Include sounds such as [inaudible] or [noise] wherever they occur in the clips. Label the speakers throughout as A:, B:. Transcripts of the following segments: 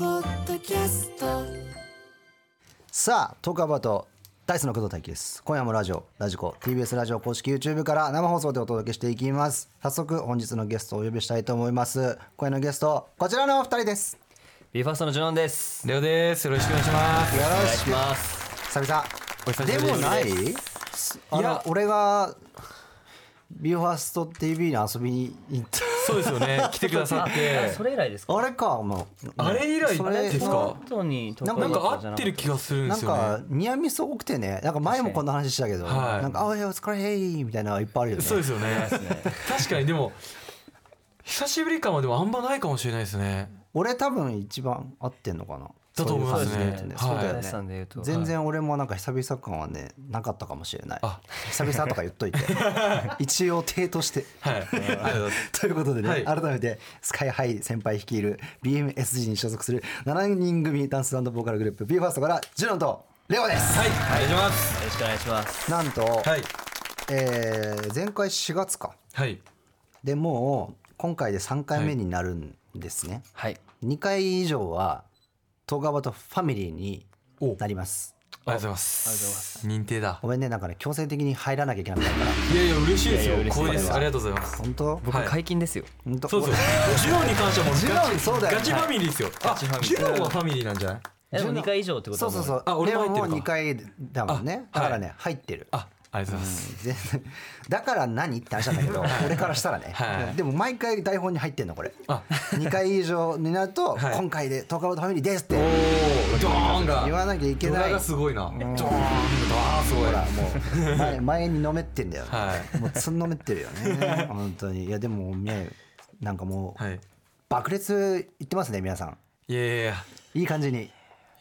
A: キャスト
B: さあトークアバウトダイスの工藤大輝です今夜もラジオラジコ TBS ラジオ公式 YouTube から生放送でお届けしていきます早速本日のゲストをお呼びしたいと思います今夜のゲストこちらのお二人です
C: ビーファーストのジュノンです。
D: レオです。よろしくお願いします。
B: よ
C: お願いします。
B: 久々
D: お久
B: で
D: しぶりです
B: もないあ
D: いや
B: の俺がビューファースト TV に遊びに行った
D: そうですよね。来てくださっ
C: あ
D: て。
C: それ以来ですか。
B: あれかもう
D: あれ以来です
B: それ
D: か。
C: 本当に
B: な
C: なんん
B: か
C: か
D: なんか合ってる気がするんで
B: なん
D: すよね。
B: かニアミス多くてねなんか前もこんな話したけど、
D: 確かにはい
B: なんか「あおいお疲れへい」みたいなのいっぱいあるよね
D: そうですよね。確かにでも久しぶり感はでもあんまないかもしれないですね。
B: 俺多分一番合ってんのかな
D: だと思いま
B: そ
D: すね
B: ういう感じで言うと
D: はい
B: そうだよ
C: 高橋さんで言うと
B: 全然俺もなんか久々感はねなかったかもしれない
D: あ
B: 久々とか言っとい
D: [laughs]
B: て一応手として
D: はい。ありがとうございます
B: ということでね、
D: はい
B: 改めてスカイハイ先輩率いる BMSG に所属する7人組ダンスボーカルグループ BE:FIRST からジュノンとレオです、
D: はい。お願いします。
C: よろしくお願いします。
B: なんと、
D: はい。
B: えー前回4月か
D: はい。
B: でもう今回で3回目になるんですね、
C: はい。
B: 2回以上は東川とファミリーに
D: お。ありが
B: なります
D: とうございます。認定だ
B: ご。めんねなんかね強制的に入らなきゃいけなくなるから
D: いやいや嬉しいですよ
C: いやいや。嬉しい
D: 光栄です。ありがとうございます。
B: 本当
C: 僕解禁ですよ。
B: 本当
D: そうそう。ジュノンに関してはもう
B: ジュノンそうだよね
D: ガチファミリーですよ。あ、
C: チファミリー
D: ジュノンはファミリーなんじゃない？
C: え
B: ジ
C: でも
B: ュノン
C: 二回以上ってこと
B: そう
C: は
B: そうそう
D: あ俺も入ってるか
B: レオも2回だもんね
D: あ
B: だ
D: はい
B: からね入ってる
D: あ、ありがとうございます。
B: 全然 [laughs] だから何って話なんだけど俺からしたら
D: は
B: ね
D: い
B: でも毎回台本に入ってんのこれ
D: あ、
B: 2回以上になると
D: [laughs] はい
B: 今回で「東川とファミリーです」っ
D: お
B: て
D: お、ドーンが。
B: 言わなきゃいけない
D: ドラがすごいな。ドーン、ドーンすごい。
B: ほらもう
D: [laughs]
B: 前前にのめってんだよ
D: はい
B: もうつんのめってるよ
D: [laughs]
B: ね本当にいやでもねなんかもう
D: はい。
B: 爆裂いってますね皆さん
D: いやいやいや。い
B: いい感じに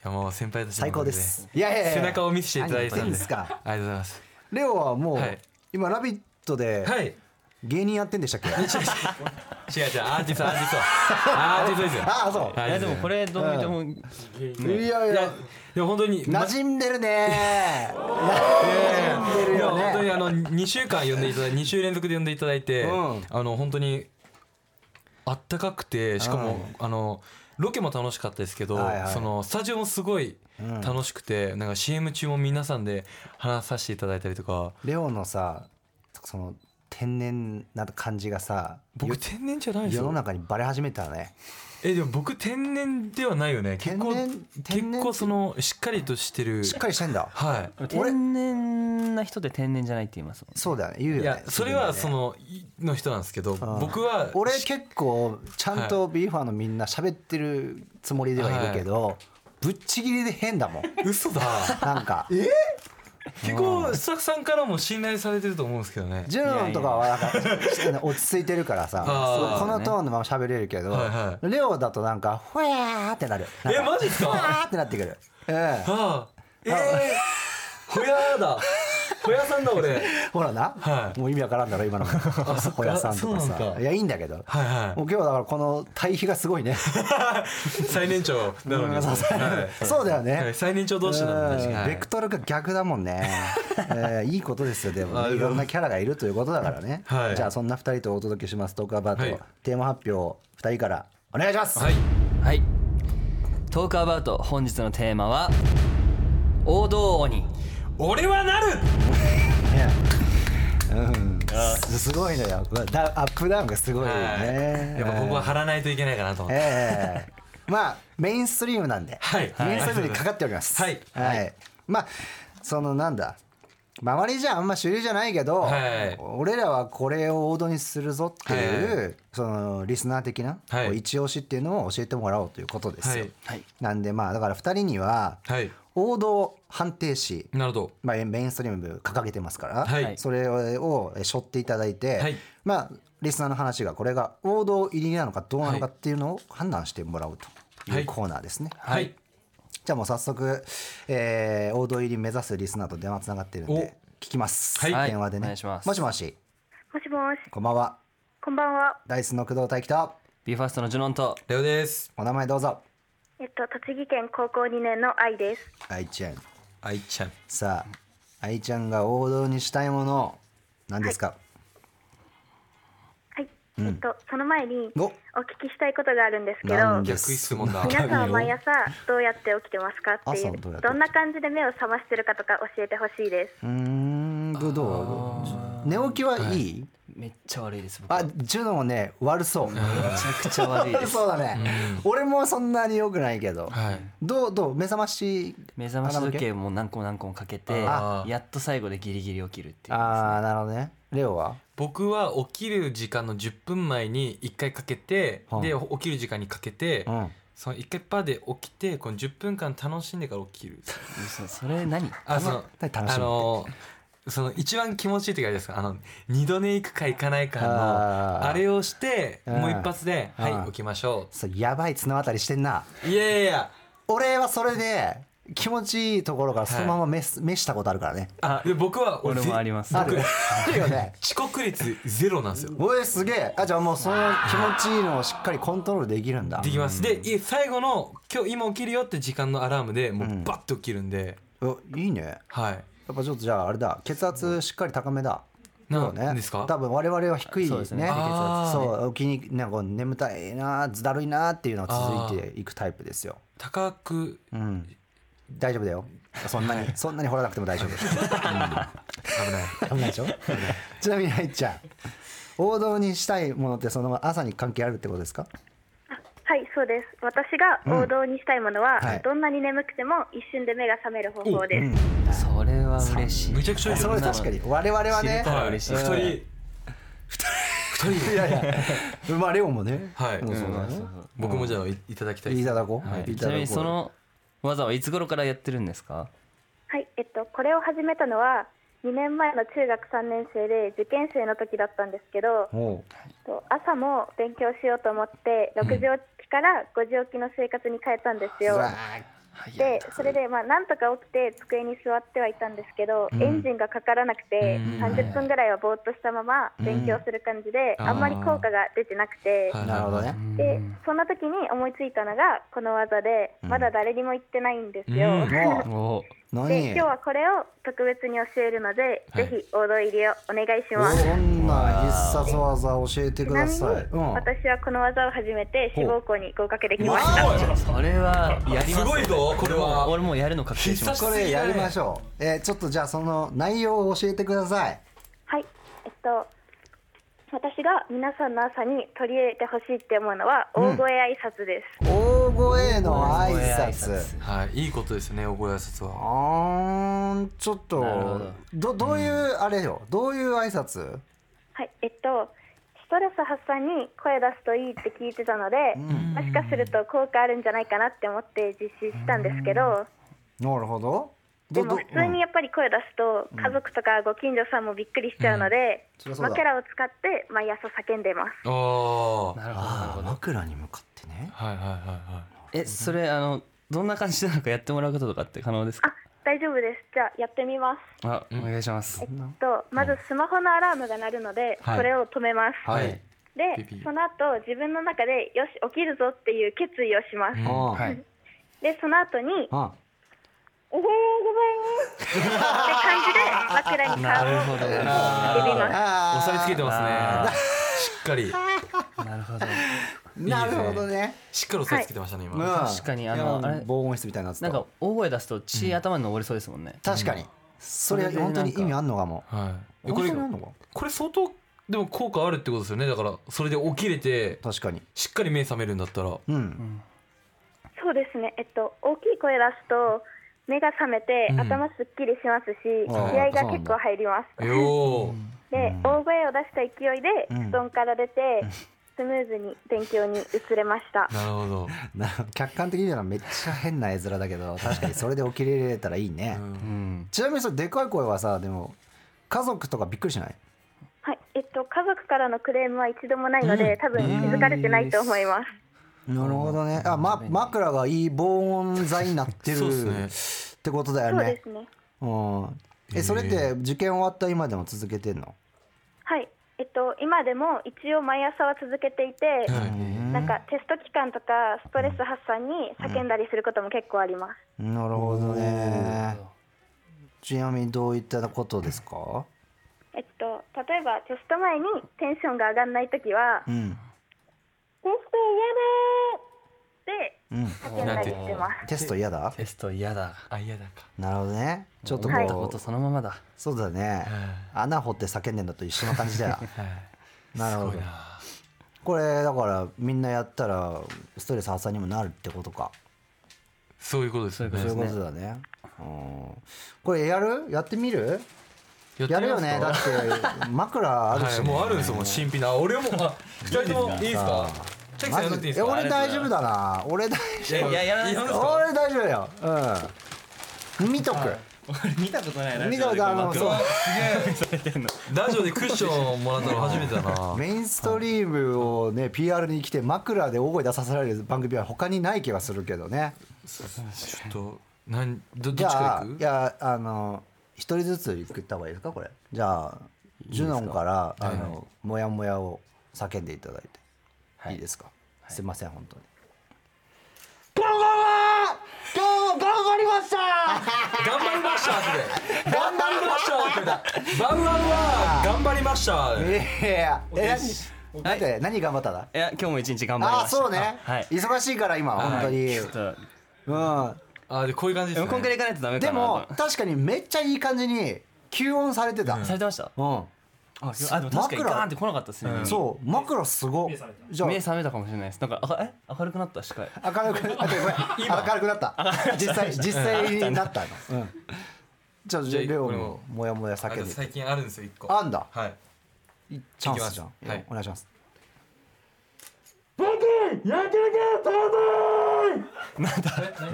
D: やもう先輩たちの
B: 最
D: お
B: 高
D: か
B: で
D: げ
B: すいやいやいや
D: 背中を見せていただい
B: 何
D: てた
B: 言ってん
D: ん
B: で
D: です
B: か
D: ありがとうございます。
B: レオはもう、
D: はい
B: 今「ラビット!」で
D: はい。違う違う
B: 芸人やってんで
D: [laughs]
B: したっけ、[laughs]
D: アーティストアーティストアーティストですよ。
B: ああそう
D: はい
C: やでもこれどう見ても
B: いやい
D: い
B: や
D: やでも本当に。
B: 馴
D: ま
B: 染んでるね馴染んでる
D: いや
B: よ
D: 本当に
B: ね
D: あの2週間呼んでいただいて2週連続で呼んでいただいて、
B: うん
D: あの本当にあったかくてしかも、あのロケも楽しかったですけど、
B: はいはい
D: そのスタジオもすごい楽しくて、なんか CM 中も皆さんで話させていただいたりとか
B: レオのさその天然な感じがさ
D: 僕天然じゃないです
B: 世の
D: よ
B: 中にバレ始めたね
D: えでも僕天然ではないよね結構
B: 天然天然
D: 結構そのしっかりとしてる
B: しっかりしてんだ
D: は
B: 俺
C: 天然な人で天然じゃないって言いますもん。
B: そうだよね言う
D: いい
B: よね
D: やそれはそ
B: の
D: のいの人なんですけど僕は
B: 俺結構ちゃんとビーファーのみんな喋ってるつもりではいるけど、ぶっちぎりで変だもん
D: 嘘だ
B: なんか
D: 結構スタッフさんからも信頼されてると思うんですけどね
B: ジュノンとかはなんか落ち着いてるからさ
D: あ
B: こ
D: ー
B: のトーンのまま喋れるけど、
D: はいは
B: レオだとなんかふわーってなるなん
D: えマジっすか
B: ふわーってなってくる、ええ
D: ああええほやーだほやさんだ俺はい
B: ほらな、
D: はい
B: もう意味わからんだろ今のほやさんとか
D: そうなん
B: さ
D: だ
B: いやいいんだけど、
D: は
B: もう今日はだからこの対比がすごいね
D: い最年長なのにはい
B: そうだよね、
D: はい最年長同士なのに確か
B: うん
D: に
B: ベクトルが逆だもん
D: [laughs]
B: ね、えーいいことですよでも
D: あ
B: ね、
D: ー
B: いろんなキャラがいるということだからね、
D: はい
B: じゃあそんな2人とお届けしますトークアバート、
D: はい
B: テーマ発表2人からお願いします、
D: はい
C: はい。トークアバウト本日のテーマは王道鬼。
D: 俺はなる
B: ねうん、すすごいのよだアップダウンがすごいよね、
D: はいやっぱここは張らないといけないかなと思って
B: ええまあメインストリームなんで、
D: はい
B: メインストリームにかかっております
D: はい
B: まあそのなんだ周りじゃあんま主流じゃないけど、
D: はい
B: 俺らはこれを王道にするぞっていう、そのリスナー的な、
D: はい
B: こう一押しっていうのを教えてもらおうということですよ、
D: はい
C: はい
B: なんでまあだから2人には
D: はい
B: 王道判定士、
D: なるほど
B: まあ、メインストリーム掲げてますから、
D: はい
B: それを背負っていただいて、
D: はい
B: まあリスナーの話がこれが王道入りなのかどうなのかっていうのを判断してもらうとい
D: は
B: う
D: い
B: コーナーですね。
D: はい
B: じゃあもう早速、えー王道入り目指すリスナーと電話つながってるんで聞きます、
D: はい
B: 電話でね、
C: お願いします
B: もしもし
E: もしもし、
B: こんばんは
E: こんばんは。
B: ダイスの工藤大輝と
C: ビーファーストのジュノンと
D: レオです
B: お名前どうぞ
E: えっと、栃木県高校2年の愛です。
B: 愛ちゃん
D: 愛ちゃん
B: さあ愛ちゃんが王道にしたいもの何ですか、
E: はい、えっと、その前に
B: お
E: お聞きしたいことがあるんですけ
B: な
E: ど
B: んで
D: 逆質問だ
E: 皆さんは毎朝どうやって起きてますかってい
B: 朝どうやっ
E: う
B: て
E: どんな感じで目を覚ましてるかとか教えてほしいです
B: うーんどうどう寝起きはいい、
C: めっちゃ悪いです僕
B: あ
C: め
B: ジュノもね悪そう
C: ちゃくちゃ悪いです
B: [laughs] そうだね、俺もそんなに良くないけど、
D: はい
B: どうどう目覚まし
C: 目覚まし時計も何個も何個もかけて
D: あー
C: やっと最後でギリギリ起きるっていう
B: ああなるほどねレオは
D: 僕は起きる時間の10分前に1回かけて、
B: はあ
D: で起きる時間にかけて、
B: うん
D: その1回パーで起きてこの10分間楽しんでから起きる
C: そそれ何
D: あその
B: 何楽しむって
D: あのその一番気持ちいい時あれですかあの二度寝行くか行かないか
B: あー
D: のあれをして
B: うん
D: もう一発で「
B: うん
D: はい起きましょ
B: そうやばい綱渡りしてんな
D: う」いやいやいや
B: 俺はそれで気持ちいいところからそのまま飯、飯したことあるからね
D: あで僕は
C: 俺もあります
B: あるあるよね
D: 遅刻率ゼロなんですよ
B: [laughs] おいすげえあじゃあもうその気持ちいいのをしっかりコントロールできるんだ
D: できますでい最後の「今日今起きるよ」って時間のアラームでもうバッと起きるんで、
B: おいいねや
D: はい
B: っぱちょっとじゃああれだ血圧しっかり高めだ
D: な
B: そうん
D: ですか
B: 多分我々は低い
C: そう
B: で
C: ですす
B: ね
C: ね
D: あー
B: そう起きになんか眠たいなずだるいなっていうのが続いていくタイプですよ
D: 高く
B: うん大丈夫だよそんなにそんなに掘らなくても大 [laughs] 丈夫
D: 危ない
B: 危ないでしょちなみにはいっちゃん王道にしたいものってその朝に関係あるってことですか
E: はいそうです私が王道にしたいものは、
B: はい
E: どんなに眠くても一瞬で目が覚める方法です、
C: それは嬉しい
D: むちゃくちゃいい
B: それ
D: よ
B: 確かに我々はね
C: 知れた
D: はい
C: 嬉しい
D: 二人二人
B: いやいやまあレオもね
D: はい
B: うんそうだね
D: 僕もじゃあいいただきたいで
B: い
D: す
B: ただこう、
C: はい
B: い、
C: ちなみにその技はいつ頃からやってるんですか
E: はいえっとこれを始めたのは2年前の中学3年生で受験生の時だったんですけど
B: おう
E: と朝も勉強しようと思って6時起きから5時起きの生活に変えたんですよ
B: うわ
E: でそれでまあなんとか起きて机に座ってはいたんですけど、エンジンがかからなくて、30分ぐらいはぼーっとしたまま勉強する感じで、
D: うん
E: あんまり効果が出てなくて、
D: はい
B: なるほどね
E: でそんな時に思いついたのがこの技で、まだ誰にも言ってないんですよ。
D: うん
B: もう
C: お
B: 何
E: で今日はこれを特別に教えるので、
D: はい
E: ぜひ王道入りをお願いします。
B: そんな必殺技教えて
E: ち
B: く
E: な
B: だ
E: みに、
B: さい。うん
E: 私はこの技を始めて志望校に合格できました。
D: わー
C: それはやります
D: すごいぞこれは
C: 俺も俺もやるの確定しまし
D: 必
B: これやりましょう。えーちょっとじゃあその内容を教えてください。
E: はい、えっと、私が皆さんの朝に取り入れてほしいって思うのは大声挨拶です。
B: 大声の
C: た
B: 挨
C: 挨
B: 拶。
D: はいいいことですねおご挨拶は
B: あーんちょっと
C: なるほ
B: どどういうあれよどういう挨拶？
E: はい、えっと、ストレス発散に声出すといいって聞いてたので、もしかすると効果あるんじゃないかなって思って実施したんですけど、
B: なるほど。
E: で
B: どど
E: も普通にやっぱり声出すと家族とかご近所さんもびっくりしちゃうので、
B: そりゃそうだ
E: 枕を使って毎朝叫んでます。
D: ああはい
C: なるほどなる
B: あ
C: ほ
B: ー
C: ど
B: 枕に向かってね。
D: はいはいはい
C: えそれあのどんな感じなのかやってもらうこととかって可能ですか
E: あ、大丈夫です。じゃあやってみます。
C: あお願いします
E: えっと、まずスマホのアラームが鳴るので、
D: はい
E: これを止めます。
B: はい。
E: で
D: ピピ
E: その後自分の中でよし起きるぞっていう決意をします、
B: あー
C: はい
E: でその後に
B: あ
E: 「おはようございます」って感じで枕に顔
C: なる
E: を
C: ほど
E: 入れます
B: あ
D: 押さえつけてます
C: あ
D: ねしっかり
C: なるほど
B: ーなるほどね。
D: しっかり押さえつけてましたね今
B: うん
C: 確かにあの
B: いや
C: あれ
B: 防音室みたいになってた
C: なんか大声出すと血頭に上りそうですもんね
B: 確かに。それ
C: それで
B: 本当に意味あんのかも。
D: はいえ
B: 本
D: こ
B: 当に
D: れ
B: あんのか。
D: これ相当でも効果あるってことですよねだからそれで起きれて
B: 確かに。
D: しっかり目覚めるんだったらは
B: うん。
E: そうですねえっと大きい声出すと目が覚めて
D: うん
E: 頭すっきりしますし、
B: あー
E: 気合が結構入ります
D: いよー
E: で、大声を出した勢いで
B: うん
E: 布団から出て、スムーズに勉強に移れました
D: なるほど
B: な客観的にはめっちゃ変な絵面だけ [laughs] ど確かにそれで起きれたらいいね、
C: うん
B: ちなみにそれでかい声はさでも家族とかびっくりしない
E: はいえっと家族からのクレームは一度もないので、多分気づかれてないと思います
B: なるほどねあ、ま、枕がいい防音材になってる
D: そうっ
B: ってことだよ
E: そう
B: ね
E: ですね
B: うんえそれって受験終わった今でも続けてんの
E: はい、えっと、今でも一応毎朝は続けていて、なんかテスト期間とかストレス発散に叫んだりすることも結構あります。
B: なるほどねちなみにどういったことですか
E: えっと、例えばテスト前にテンションが上がらないときは、
B: うん
E: テ
B: う
E: ス
B: ん
E: ト嫌だーって叫んだりしてます。
B: テスト嫌だ
C: テスト嫌だ
D: あ嫌だか
B: なるほどねちょっとこ
E: は
B: う、
E: い
C: ことそのままだ
B: そうだね穴掘って叫んでんのと一緒の感じ
D: [laughs]
B: だよ
D: はい
B: なるほど
D: すごいな
B: これだからみんなやったらストレス発散にもなるってことか
D: そういうことですよね
B: そういうことだねうんこれやるやってみる
D: やって
B: や
D: み
B: るよ
D: ますか
B: ねだって枕あるし、
D: はい、
B: ね
D: もうあるんですよもう新品な俺もあ二人ともいいですかチェキさんやらなくていいですか
B: マジで俺大丈夫だな俺大丈夫
C: いややらない
D: やるんですか
B: 俺大丈夫だようん見とく、
A: 俺見たことないな
B: 見たことあるのそう
D: ラジオでクッションもらったの初めてだな
B: メインストリームをね PR に来て枕で大声出させられる番組は他にない気がするけどね
D: ちょっと何
B: じ
D: どどっち
B: ゃあ
D: から行
B: い
D: く
B: やあの一人ずつ行った方がいいですかこれじゃあジュノンからあのモヤモヤを叫んでいただいて、い、いですか、すいません本当に
D: 頑張りましたって頑張りましたってバウアウは頑張りました
B: いやいやえ何だって何頑張っただ
A: いや今日も一日頑張り
B: あ
A: ま
B: あ
A: した
B: そうね、
A: はい
B: 忙しいから今本当に、
A: ちょっと
B: うん
D: あでこういう感じで
A: ですも
D: ね
A: こんくらい行かないとダメか
B: で
A: な
B: も確かにめっちゃいい感じに吸音されてた、
A: されてました
B: うん
A: ああでも確かに
B: 枕
A: ガーンって来なかったですね、
B: そう枕すごじゃあ
A: 目覚めたかもしれないですなんかあえ明るくなった視界
B: 明るくあごめん明るくなった実
D: [laughs]
B: 際実際になったの、うん、じゃあじゃあ
D: じゃあ
B: レオ
D: 俺
B: の
D: も
B: モヤモヤ
D: あ
B: 叫
D: と
B: んで
D: 最近あるんですよ一個
B: あんだ
D: はい
B: チャンスじゃん
D: いきますはい
B: お願いします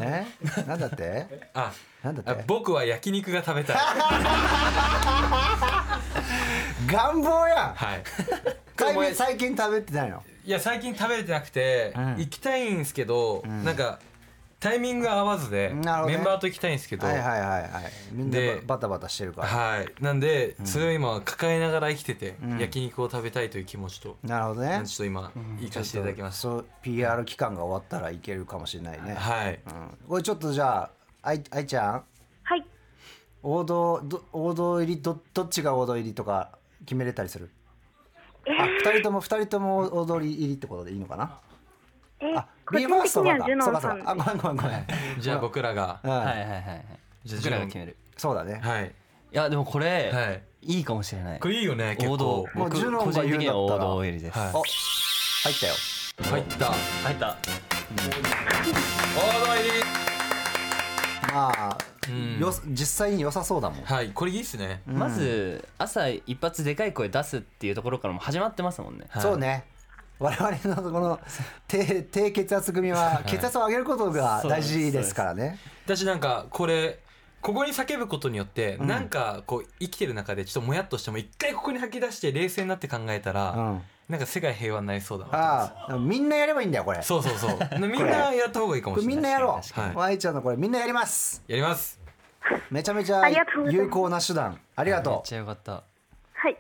B: えなんだって
D: あ
B: なんだ
D: あ
B: って
D: 僕は焼肉が食
B: [laughs]
D: べたい
B: 願望やん
D: はい
B: 最
D: これ
B: 近最近食べてないの
D: いや最近食べれてなくて、
B: ん
D: 行きたいんですけど、なんかタイミングが合わずで、
B: なるほどね
D: メンバーと行きたいんですけど
B: はいはいはいはいみんな
D: で
B: バタバタしてるから
D: はいなんで、それを今抱えながら生きてて、焼肉を食べたいという気持ちと、
B: なるほど
D: な
B: ね
D: んでちょっと今行かせていただきます、
B: そう PR 期間が終わったらいけるかもしれないね、
D: はい、
B: うん、これちょっとじゃああいあいちゃん
E: はい、
B: 王道ど王道入りどどっちが王道入りとか決めれたりするあ二人とも二人とも王道入りってことでいいのかな
E: えー
B: あ
E: 個
B: リ
E: 人
B: バー
E: 的
B: スと
E: に
B: か
E: は
B: か
E: ジュノ
B: そう
E: ン
B: かそ
E: さ
B: うんかあごめんごめんごめん、
D: じゃあ僕らが
B: うん
A: はいはいはいはい
D: じゃあ
A: 僕らが決める
B: そうだね
D: はい
C: いやでもこれ、
D: はい
C: い、いかもしれない
D: これいいよね結構
C: 王道
B: もう
C: 僕
B: ジュノン
C: 個
B: が
C: 人
B: 言う
C: 的
B: んだったら
C: には王道入りです、
D: はい
B: お入ったよ
D: 入った王
C: 入った
D: 道入り
B: まあ、
D: ん
B: よ実際に良さそうだもん
D: はいこれいいっすね、
C: まず朝一発でかい声出すっていうところからも始まってますもんね、
D: はい
B: そうね我々のこの低低血圧組は血圧を上げることが大事ですからね。
D: 私なんかこれここに叫ぶことによって、なんかこう生きてる中でちょっともやっとしても一回ここに吐き出して冷静になって考えたら、
B: うん
D: なんか世界平和になりそうだな
B: ああ、みんなやればいいんだよこれ。
D: そうそう [laughs] そうみんなやった方がいいかも
B: これ
D: しれ
B: み
D: ない
B: んなやろう。
D: はい、
B: 愛ちゃんのこれみんなやります。
D: やります
B: めちゃめちゃ
E: ありがとうございます
B: 有効な手段。ありが
C: めっ
B: と
C: ちゃよかったあ
E: はい、
B: う。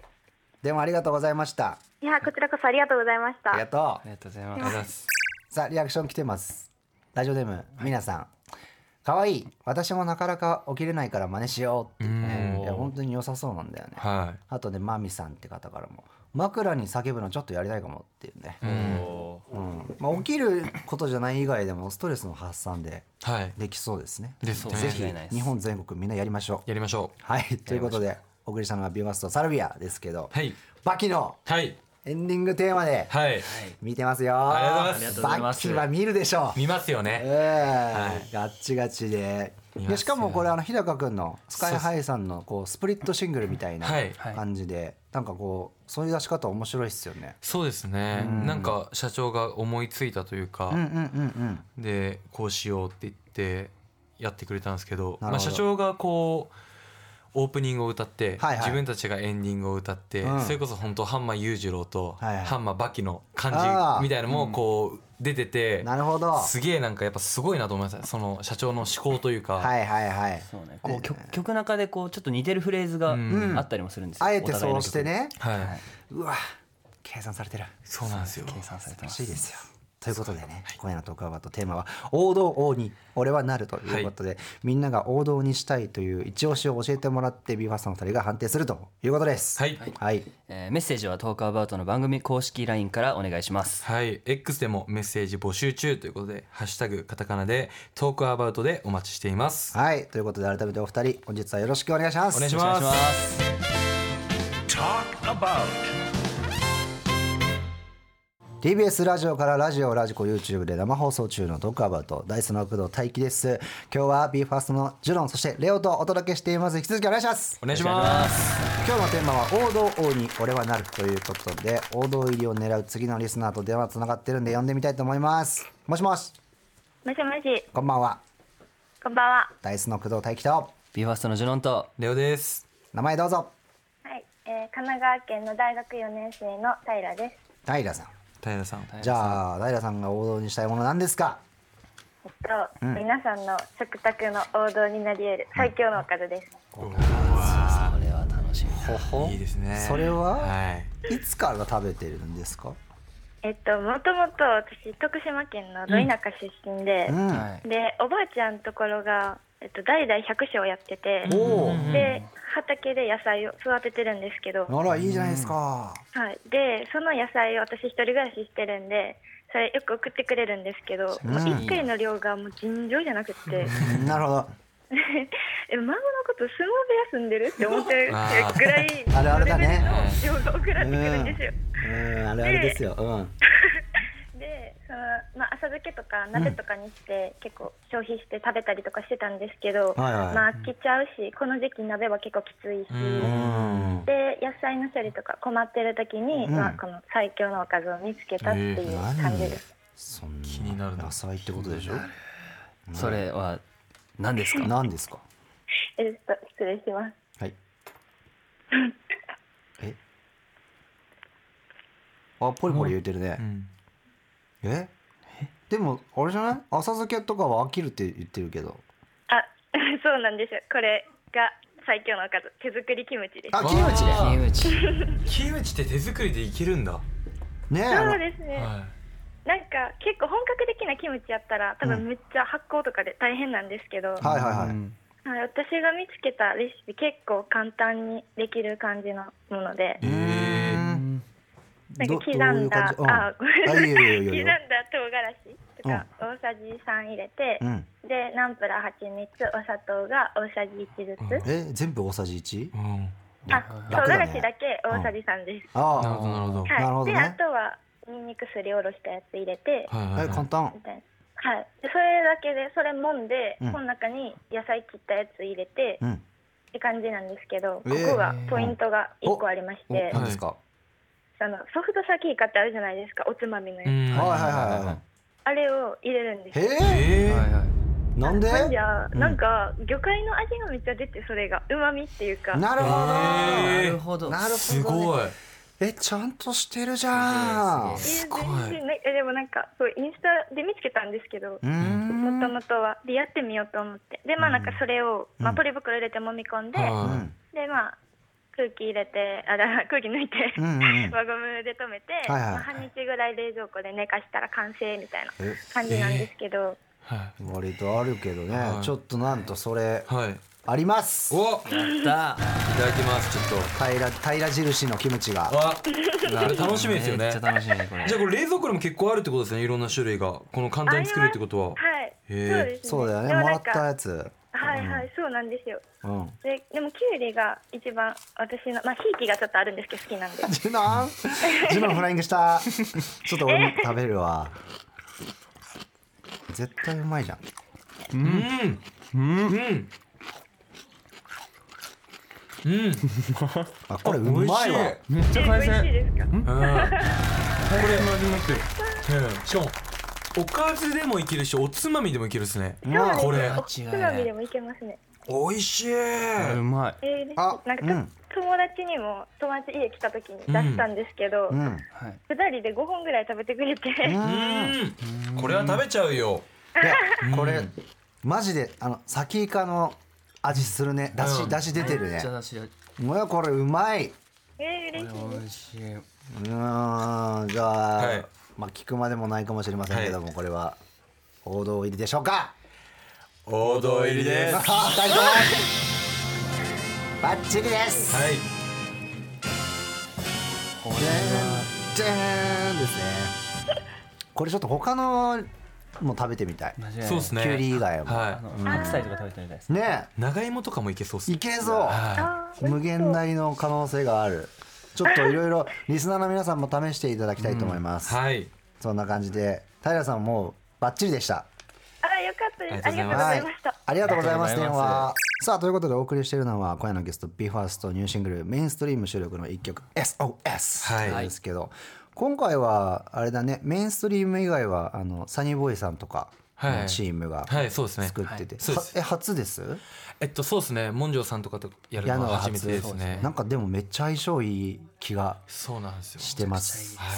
B: でもありがとうございました。
E: いやこちらこそありがとうございまし
B: あ
E: た
B: りが。とう。
C: りがとうございま
D: あ
C: す
D: りがとうございます
B: さあリアクション来てます。ラジオネームみなさん。可愛い私もなかなか起きれないから真似しようって、ね。いや本当に良さそうなんだよね。
D: は
B: あとねマミさんって方からも枕に叫ぶのちょっとやりたいかもっていうね。うんまあ、起きることじゃない以外でもストレスの発散で
D: いはい
B: できそうですね。
D: ですね
B: ぜ
C: 間違いないで
B: ひ
C: す
B: 日本全国みんなやりましょう。
D: やりましょう
B: はい、ということでお送りしたのはビューマストサルビアですけど、
D: はい
B: バキの
D: はい
B: エンディングテーマで
D: はい、
B: 見てますよ。
D: ありがとうご
C: ざいます
B: バキは見るでしょう。
D: 見ますよね
B: ええガッチガチで
D: 見ます
B: で
D: よ
B: しかもこれあの日高君のスカイハイさんのこうスプリットシングルみたいな
D: はい
C: はい
B: 感じで、なんかこうそういう出し方面白いっすよね。
D: そうですね、なんか社長が思いついたというか、
B: うんうんうん
D: でこうしようって言ってやってくれたんですけど
B: なるほど
D: まあ、社長がこうオープニングを歌って、
B: はいはい
D: 自分たちがエンディングを歌って、
B: うん
D: それこそ本当ハンマー裕次郎と、
B: はいはい
D: ハンマーバキの感
B: あー
D: じみたいなのもこう出てて、
B: うん。なるほど。
D: すげえなんかやっぱすごいなと思いましたその社長の思考というか、
B: はいはいはい。
C: そうねこう曲曲中でこうちょっと似てるフレーズがあったりもするんですよ、
B: あえて
C: お互い
B: そ
C: の
B: う
C: 曲
B: してね。
D: はい、
B: うわ計算されてる。
D: そうなんですよ
C: 計算されてま
B: 欲
C: す
B: しいですよ。ということでね、今夜のトークアバートテーマは「王道王に俺はなる」ということで、みんなが王道にしたいという一押しを教えてもらってビーファーストの2人が判定するということです。
D: はい
B: はい、
C: えーメッセージはトークアバウトの番組公式 LINE からお願いします
D: はい、X でもメッセージ募集中ということで、ハッシュタグカタカナでトークアバウトでお待ちしています。
B: はい、ということで改めてお二人本日はよろしくお願いします。
D: お願いします。
B: TBS ラジオからラジオラジコ YouTube で生放送中のトークアバウトダイスの工藤大輝です今日は BE:FIRST のジュロンそしてレオとお届けしています引き続きお願いします
D: お願いします。
B: 今日のテーマは王道王に俺はなるということで王道入りを狙う次のリスナーと電話つながってるんで呼んでみたいと思いますもしもし
E: もしもし、
B: こんばんは
E: こんばんは。
B: ダイスの工藤大輝と
C: ビーファーストのジュノンと
D: レオです。
B: 名前どうぞ
E: はい、えー神奈川県の大学4年生の平です。
B: 平さん
D: 平さん。
B: じゃあ平さんが王道にしたいものなんですか
E: えっと、皆さんの食卓の王道になり得る最強のおかずです。
C: それは楽しみだ
D: いいですね。
B: それは
D: はい。
B: いつから食べてるんですか
E: えっと、もともと私徳島県のど田舎出身で、
B: うん、
C: はい
E: でおばあちゃんところが、えっと、代々百姓をやってて、
B: お
E: で畑で野菜を育ててるんですけど、
B: おあらいいじゃないですか
E: はい、でその野菜を私一人暮らししてるんでそれよく送ってくれるんですけど、
B: うん
E: もう一回の量がもう尋常じゃなくって。
B: なるほど
E: [laughs] え孫のこと相撲部屋住んでるって思ってるぐらい
B: あるあるだね
E: それぐらいの量が送られてくるんですよ。
B: うんあれあれですようん
E: でその、まあ、浅漬けとか鍋とかにして、結構消費して食べたりとかしてたんですけど、
B: はいはい
E: まあ飽きちゃうしこの時期鍋は結構きついし、
B: うん
E: で野菜の処理とか困ってる時に、
B: うん
E: まあ、この最強のおかずを見つけたっていう感じです。
B: そんな
D: 気になるな
B: 野菜ってことでしょ
C: それは何ですか
B: 何ですか
E: えっと失礼します。
D: [laughs]
B: はい。え。あ、ポリポリ言うてるね
D: う。ん。
B: え。でも、あれじゃない、浅漬けとかは飽きるって言ってるけど。
E: あ [laughs] そうなんですよこれが最強のおかず手作りキムチです。
B: あ、キムチね。
D: あー
C: キムチ
D: キムチって手作りでいけるんだ。は
B: ねえあ
E: そう
B: の。
E: ですね、
D: い。
E: なんか結構本格的なキムチやったら多分めっちゃ発酵とかで大変なんですけど、
B: はいはいは
A: う
B: い。
A: ん
E: はい私が見つけたレシピ結構簡単にできる感じのもので
D: えー
E: なんか
B: ど
E: 刻ん
B: どういう感
E: だ
B: じうん
E: あご [laughs] めんなさ
B: あいいよいいよいい
E: 刻
B: よ
E: んだ唐辛子とか大さじ3入れて、
B: うん。
E: でナンプラー蜂蜜お砂糖が大さじ1ずつ、
B: え、全部大さじ一
D: う。ん。
E: あ唐
B: 楽だね
E: 辛子だけ大さじ3です、
D: なる
B: あ
D: ほどなるほど。
E: はい
B: なるほどね
E: であとはニンニクすりおろしたやつ入れて、
D: はい
B: あ。
D: はい
B: え、
D: は
B: 簡
D: い。
B: 単
E: み。たいな。はい、でそれだけでそれもんで、
B: うん
E: この中に野菜切ったやつ入れて、
B: う
E: っ
B: ん。
E: て感じなんですけど、
B: えー
E: ここがポイントが1個ありまし
B: お、
E: て、
B: 何ですか。
E: あのソフトサキイカってあるじゃないですかおつまみのやつ、
D: うん
B: はいはいはいは
E: あれを入れるんです
B: い。
E: よ
B: へえ。
D: え
A: はい
D: ー
A: はい
B: なんで。
E: なんじゃなんか魚介の味がめっちゃ出てそれがうまみっていうか
B: なるほど。
D: へえ
C: なるほど
B: なるほどね。
D: すごい。
B: え、ちゃんとしてるじゃん。
E: えー
D: ごい
E: 全然ねえでもなんかそうインスタで見つけたんですけど
B: うーん。
E: もともとはでやってみようと思ってでまあなんかそれを、まあ、ポリ袋入れて揉み込んで、
D: は
E: でまあ空気入れてあだ空気抜いて、
B: うんうんうん
E: 輪ゴムで止めて、
B: はいはい
E: まあ、半日ぐらい冷蔵庫で寝かしたら完成みたいな
B: え
E: 感じなんですけど、
D: い。は
B: 割とあるけどね、
D: はい
B: ちょっとなんとそれ
D: い。はい。
B: あります
D: お。いただ
C: だ
D: きます。ちょっ
B: 平平印のキムチが
D: と。わ。あれ楽しみですよ
C: めっ
D: ね
C: ちゃ。楽しみこれ
D: じゃあこれ冷蔵庫にも結構あるってことですねいろんな種類がこの簡単に作るってことは
E: はいそう
D: へえ
E: ですね
B: そうだよね
E: でも
B: も
E: な
B: ら
E: ん
B: っ
E: か
B: たやつ
E: はいはいそうなんですよ
B: うん
E: [laughs] ででもきゅうりが一番私のまあひいきがちょっとあるんですけど好きなんで
B: ジュナンジュナンフライングしたちょっと俺も食べるわ絶対うまいじゃん
D: うんうんうん
B: あこれうまいわ
D: 美
A: めっちゃ海
E: 美味しい
A: 鮮
E: ですか
D: うん、う
A: 海鮮の味になってる
D: ん、しかもおかずでもいけるしおつまみでもいけるですね
B: うまい
D: これ
E: おつまみでもいけますね
D: 美味しい
A: あうまい
E: えー、嬉しい
B: あ
E: なんか、
B: うん
E: 友達にも友達家来た時に出したんですけど、
B: う
E: 二
B: ん
A: はい
E: 人で5本ぐらい食べてくれて、
B: う
D: うんんこれは食べちゃうよ
B: でこれマジであのサキイカの味するねだし
D: うん
B: だし出てる
C: めっ
B: ね
C: ちゃ出汁
B: うわこれうまい
E: えー、嬉しいです
A: 美味しいう
B: ーんじゃあ、
D: はい
B: まあ聞くまでもないかもしれませんけども、これは王道入りでしょうか
D: 王道入りですは
B: あ大丈夫バッチリです
D: い
B: これじゃーんですねこれちょっと他のも食べてみたい
C: マジ
D: そうですね
B: キュウリ以外も
C: あ
D: は
C: の白菜とか食べてみたいですね
B: ね
D: い長芋とかもいけそうっす
B: えい
D: ね
B: けそう
D: は
B: 無限大の可能性があるちょっといろいろリスナーの皆さんも試していただきたいと思います、
D: いはい
B: そんな感じで平さんもうバッチリでした
E: あよかったで
D: あ
E: す。あ
D: り
E: り
D: が
E: が
D: と
E: と
B: は
D: うござ
E: うござ
B: い
E: いました。、
B: ありがとうございます
C: ありが
B: 電
C: とうございま
B: 話さあということでお送りしているのは今夜のゲスト BE:FIRST ニューシングル「メインストリーム」収録の一曲「
D: はい
B: SOS」ですけど、今回はあれだねメインストリーム以外はあのサニーボーイさんとか
D: は
B: の
D: い
B: チームが
D: はいそうですね
B: 作ってて、
D: そうです
B: はえ初です
D: えっとそうですね文條さんとかとやるのは初めてですね
B: なんかでもめっちゃ相性いい気が
D: そうなんですよ
B: してます
D: はい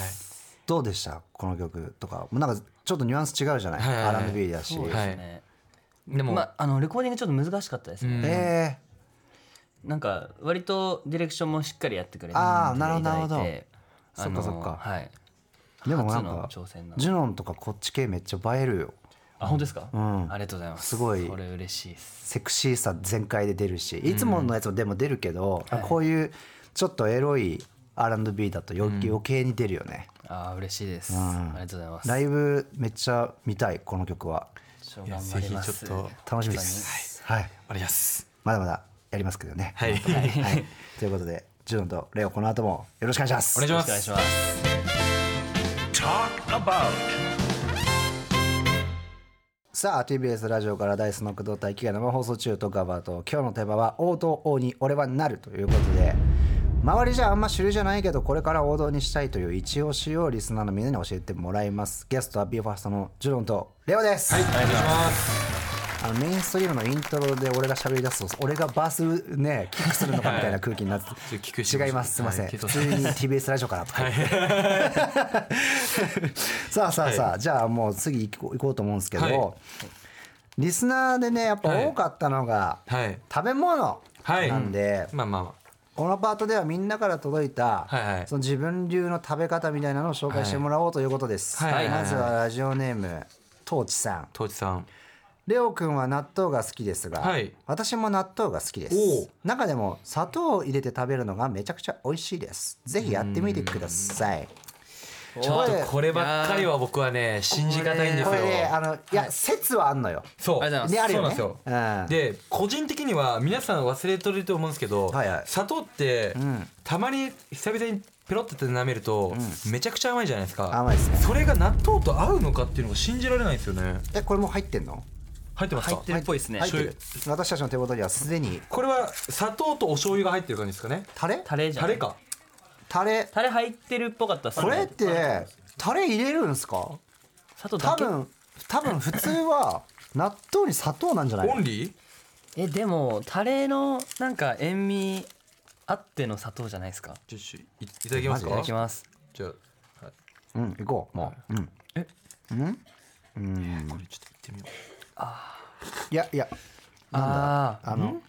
B: どうでしたこの曲とかもうなんかちょっとニュアンス違うじゃない、
D: はいはいはい
B: R&B だし、
D: うですはい
C: ね
D: でも、
C: まああのレコーディングちょっと難しかったですね、
B: え
C: なんか割とディレクションもしっかりやってくれて
B: あー
C: いただいて
B: なるほどなる
C: あ
B: そ
C: の
B: っかそっか
C: はい
B: ー、でもなん
C: 初の
B: か
C: 挑戦なの
B: ジュノンとかこっち系めっちゃ映えるよ
C: あ本当ですか、
B: ん
C: ありがとうございます
B: すごい
C: これ嬉しいです
B: セクシーさ全開で出るしいつものやつもでも出るけど、こういうちょっとエロい R&B だと余計,、余計に出るよね
C: あー嬉しいです、ありがとうございます
B: ライブめっちゃ見たいこの曲は
C: ちょっ
D: い
C: と
D: や
C: 頑
D: ぜ
C: 張り
D: ひ
C: ま
D: ちょ
C: す
D: っと
B: 楽しみです、はい、
D: あります
B: まだまだやりますけどね
D: はい、
B: はい、ということでジュノンとレオこの後もよろしくお願いします
D: お願いし
C: よ
D: ま
C: ろしくお願いします
B: さあ TBS ラジオからダイスの工藤大輝が生放送中とガバーと今日のテーマは王道王に俺はなるということで周りじゃあんま主流じゃないけどこれから王道にしたいという一押しをリスナーのみんなに教えてもらいますゲストは BE:FIRST のジュロンとレオです、
D: お願いします
B: あのメインストリームのイントロで俺が喋り出すと俺がバースねキックするのかみたいな空気になって、
D: ちょっと聞くし
B: 違いますすいません、
D: はい
B: 普通に TBS ラジオからとか、さあさあさあ、じゃあもう次行こう行こうと思うんですけど、
D: はい
B: リスナーでねやっぱ多かったのが、
D: はい
B: 食べ物
D: はい
B: なんで、
D: まあまあま
B: このパートではみんなから届いた、
D: はいはい
B: その自分流の食べ方みたいなのを紹介してもらおうということです、
D: はいはいはいはい
B: まずはラジオネームトーチさん
D: あ当地さん
B: レオくんは納豆が好きですが、
D: はい
B: 私も納豆が好きで
D: お
B: す
D: う
B: 中でも砂糖を入れて食べるのがめちゃくちゃ美味しいですぜひやってみてください
D: ちょっとこればっかりは僕はね信じがたいんですよ
B: これねあのいや、説はあんのよ
D: そう
C: ありがとうございます
B: ねある
D: そう
B: よ
D: なん
B: ね
D: で
B: うん
D: すよで個人的には皆さん忘れとると思うんですけど、
B: はいはい
D: 砂糖って、たまに久々にペロって舐めると、めちゃくちゃ甘いじゃないですか
B: 甘いですね
D: それが納豆と合うのかっていうのが信じられないんですよね
B: えこれもう入ってんの
D: 入ってますか
C: 入ってるっぽいですね
B: 入って
D: 醤
B: る私たちの手元にはすでに
D: これは砂糖とお醤油が入ってる感じですかね
B: タレ
C: タレじゃん
D: タレか
B: タレ
C: タレ入ってるっぽかったっすね
B: これってタレ入れるんですか
C: 砂糖
B: 多
C: だけ
B: 分多分普通は納豆に砂糖なんじゃない
D: オ
B: の
D: ンリー
C: えでもタレのなんか塩味あっての砂糖じゃないですか
D: ちょちょいいただき
B: マ
D: ます
B: ジでい
D: か
C: いただきます
D: じゃあ、はい
B: うん行こうもううん
D: これちょっといってみよう
B: いやいや
C: ああ
B: あの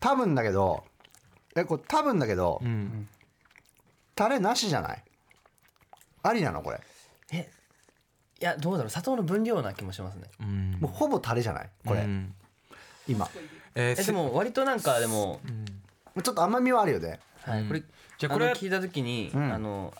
B: 多分だけどえこれ多分だけど、
D: ん
B: タレなしじゃないありなのこれ
C: えいやどうだろう砂糖の分量な気もしますね
D: うん
B: もうほぼタレじゃないこれ、
D: うん
B: 今
D: えー
C: え
D: す
C: でも割となんかでも、
B: ちょっと甘みはあるよね
C: はい、これ
D: じ
C: じ
D: ゃ
C: ゃ
D: あこ
C: あこ
D: れ
C: れ聞いた時に、
B: ん
C: あの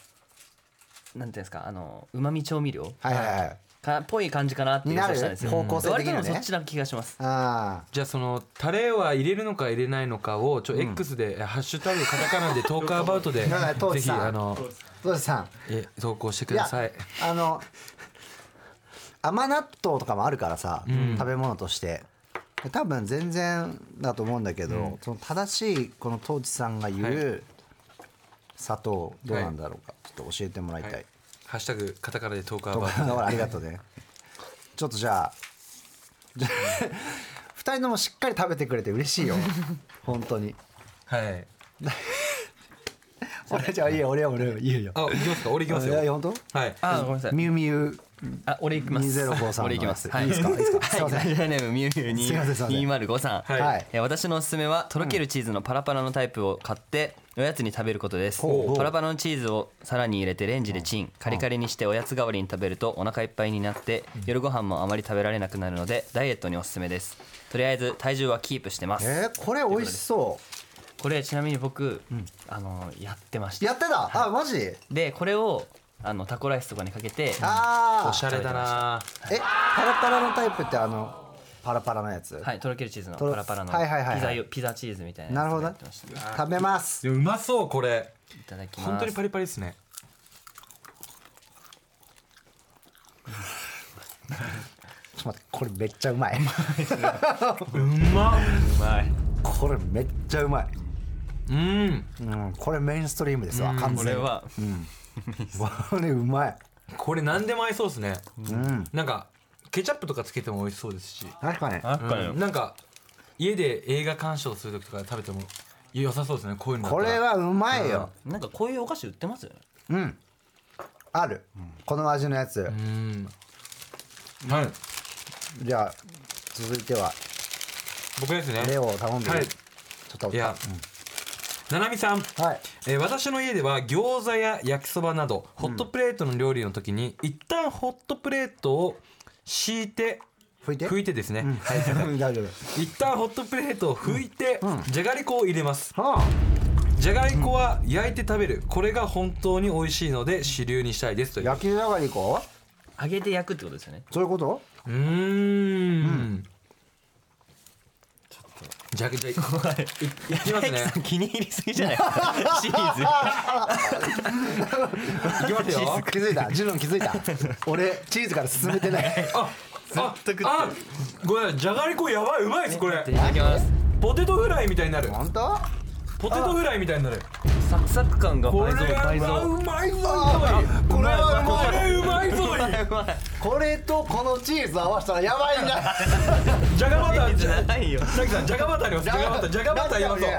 C: なんていうんですかあのうまみ調味料
B: はいはいはい
C: かっぽい感じかなって
B: に
C: 予
B: な
C: 想
B: る
C: したんですよ
B: 方向性的
C: 割と
B: には
C: でもそ
B: ね
C: っちな気がします
B: あ
D: じゃあそのタレは入れるのか入れないのかをちょ X で、えハッシュタグカタカナでトークアバウトで
B: だから当
D: ぜ
B: 時
D: ひ
B: さ
D: あの
B: あどうですさん
D: え投稿してく
B: いや
D: ださい。
B: あの甘納豆とかもあるからさ、食べ物として多分全然だと思うんだけど、その正しいこの当地さんが言う、砂糖どうなんだろうか、ちょっと教えてもらいたい、
D: はいハッシュタグカタカナでトークア
B: と
D: バ
B: か
D: ウト
B: だからありがとうねちょっとじゃあじゃあ二人ともしっかり食べてくれて嬉
D: [laughs]
B: しいよ本当に
D: はい。
B: 俺じゃあいいよ俺は俺は言うよ
D: あ行きますか。俺行きます
B: いやいや
D: よ。
B: 本当
D: はい。
C: あーごめんなさい
B: ミュウミュウ
C: あ俺行きます
B: 2053
C: 俺行きます
B: いいですかいいですかすいません
C: はいラジオネームミュウミュウに
B: すいませんすいません
C: 2053さん、
D: はい
B: はい
C: えー私のおすすめはとろけるチーズのパラパラのタイプを買っておやつに食べることです
B: ほうほう
C: パラパラのチーズを皿に入れてレンジでチンカリカリにしておやつ代わりに食べるとお腹いっぱいになって夜ご飯もあまり食べられなくなるのでダイエットにおすすめですとりあえず体重はキープしてます、
B: えー、これ美味しそ
C: これちなみに僕、あのやってまし
B: う
C: た
B: やってたあマジ
C: でこれをあのタコライスとかにかけて
B: あ
D: おし
B: ー
D: ゃれだな
B: えパラパラのタイプってあのパラパラのやつ、
C: はい、とろけるチーズの
B: と
C: パ
B: ろ
C: ラパラのピ
B: はいはいはいはい
C: ザよピザチーズみたいな
B: なる
C: や
B: ほど
C: つや
B: ね
C: ってました。
B: 食べます
D: でもうまそうこれ
C: いただきます。
D: 本当にパリパリですね
B: ちょっと待ってこれめっちゃうまいう
D: まっ
C: うまい。
B: これめっちゃうまい、
D: うん
B: うん、これメインストリームですわ完全
C: こ
B: に
C: れは
B: これうまい
D: これ何でも合いそうですね
B: うん
D: なんかケチャップとかつけても美味しそうですし
B: 確かに
C: 確かに
D: うんなんか家で映画鑑賞する時とか食べても良さそうですねこういうのだ
B: こ
D: ったら
B: れはうまいよ
C: なんかこういうお菓子売ってますよね。
B: うんある、この味のやつ
D: うんはい
B: じゃあ続いては
D: 僕ですね
B: レオを頼んでる、
D: はい
B: ちょっと
D: いやななみさん
B: はい
D: えー私の家では餃子や焼きそばなどホットプレートの料理の時に、一旦ホットプレートを敷いて
B: 拭いて
D: 拭いてですね、はい
B: うん大丈夫
D: 一旦ホットプレートを拭いて、じゃがりこを入れます
B: はあ
D: じゃがりこは焼いて食べるこれが本当に美味しいので主流にしたいですという
B: 焼きじゃがりこ
C: 揚げて焼くってことですよね。
B: そういうこと
D: うーんじゃがじゃいいいきますね
C: 大輝さ [laughs] ん気に入りすぎじゃないですか。チーズ。
D: いきますよ
B: 気づいたジュノン気づいた俺チーズから進めてない
D: あああごめんじゃがりこやばいうまいですこれ
C: いただきます。
D: ポテトフライみたいになる
B: 本当
D: ポテトフライみたいになる
C: サクサク感が
D: これ
C: 倍増倍増。
D: はうま
C: う
D: いぞ
B: あこれはうまい
D: れうまいぞ [laughs]
C: まい。
B: これとこのチーズ合わせたらやばいんだ
D: じゃがバターじゃ
C: ないよ。
D: さきさんじゃがバターありますじゃがバターじゃがバターやばそう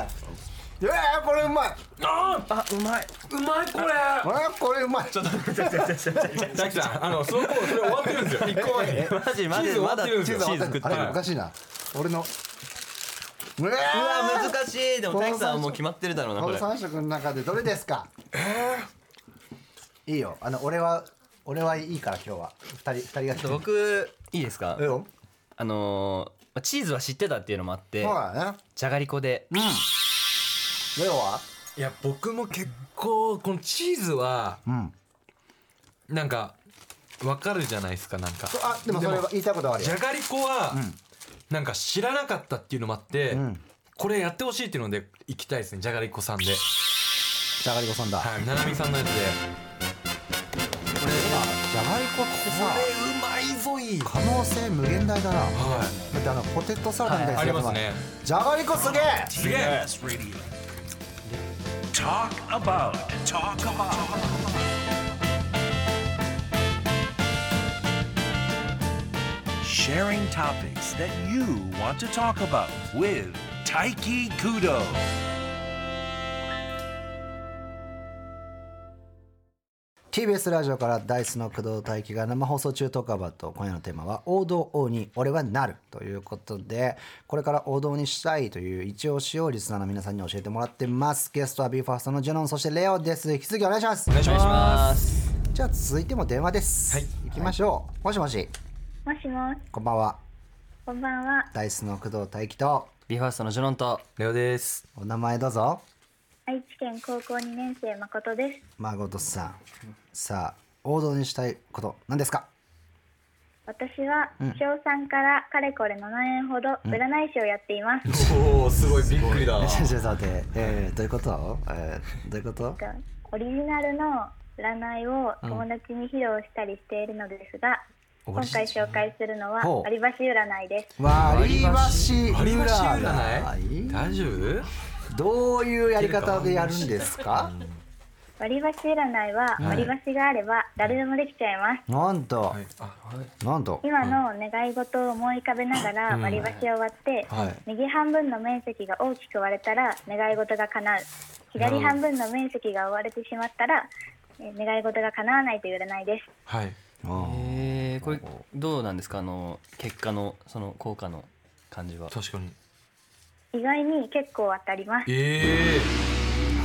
B: うわーこれうまい
D: ああうまいうまいこれ
B: あーこれうまい
D: さきさんあのその頃それ終わってるんですよ一個前に
C: マジマ
D: チー
C: ジ
D: ズ
C: まだ
D: 終わって
C: チ
D: るん
C: ー
D: ですよ
C: ズ食っ
B: あ
C: てる。う
B: れ
C: わ
B: おかしいな俺のうわー
C: 難しい。でも大輝さんはもう決まってるだろうな
B: こ
C: こ
B: の
C: れ。
B: 三色の中でどれですかいいよあの俺は俺はいいから今日は二人二人が来て
C: 僕いいですか
B: う。ん
C: あのーまあチーズは知ってたっていうのもあって
B: そう、だね
C: じゃがりこで。
B: レオはい
D: や僕も結構このチーズは
B: うん
D: なんかわかるじゃないですかなんか
B: あでもそれは言いたいことはある
D: じ
B: よ
D: ゃがりこはなんか知らなかったっていうのもあって
B: ん
D: これやってほしいっていうので行きたいですねじゃがりこさんで
B: じゃがりこさんだ
D: はいななみさんのやつで
B: これじゃがりこって
D: こ
B: さ
D: れうまいぞい
B: 可能性無限大だなだ
D: は
B: ってあのポテトサラダみたい
D: い
B: な
D: あ
B: やつや
D: り
B: っても
D: ます
B: らう
D: ね
B: じゃがりこすげえ
D: すげえ
F: TBS Radio. Talk about. Talk about. sharing topics that you want to talk about with Taiki Kudo.
B: ー TBS ラジオからダイスの工藤大輝が生放送中トークアバウト今夜のテーマは王道王に俺はなるということでこれから王道にしたいという一押しをリスナーの皆さんに教えてもらってますゲストは BE:FIRST のジェノンそしてレオです引き続きお願いします
D: お願いします
C: す。
B: じゃあ続いても電話です
D: はい
B: 行きましょうもしもし
E: もしもし、
B: こんばんは
E: こんばんは。
B: ダイスの工藤大輝と
C: ビーファーストのジョノンと
D: レオです
B: お名前どうぞ
E: 愛知県高校2年生誠です。
B: 誠さんさあ王道にしたいこと何ですか
E: 私は小3からかれこれ7年ほど占い師をやっています。
D: おおすごいびっくりだ
B: ちょちょっと待って、 [laughs] えー、どういうこと、えー、どういうこと
E: なんかオリジナルの占いを友達に披露したりしているのですが、今回紹介するのは
B: ほう
E: 割り箸占いです。
B: 割り箸
D: 割り箸
B: 占
D: 占
B: い
D: い大丈夫
B: どういうやり方でやるんですか
E: 割り箸占いは割り箸があれば誰でもできちゃいます。
B: なんと、
D: あ
B: なんと
E: 今の願い事を思い浮かべながら割り箸を割って、
B: はい
E: 右半分の面積が大きく割れたら願い事が叶う左半分の面積が割れてしまったらえー願い事が叶わないという占いです
D: はい
B: あー
C: これ
B: こ
C: どうなんですかあの結果のその効果の感じは
D: 確かに
E: 意外に結構当たります。
D: ええ
B: う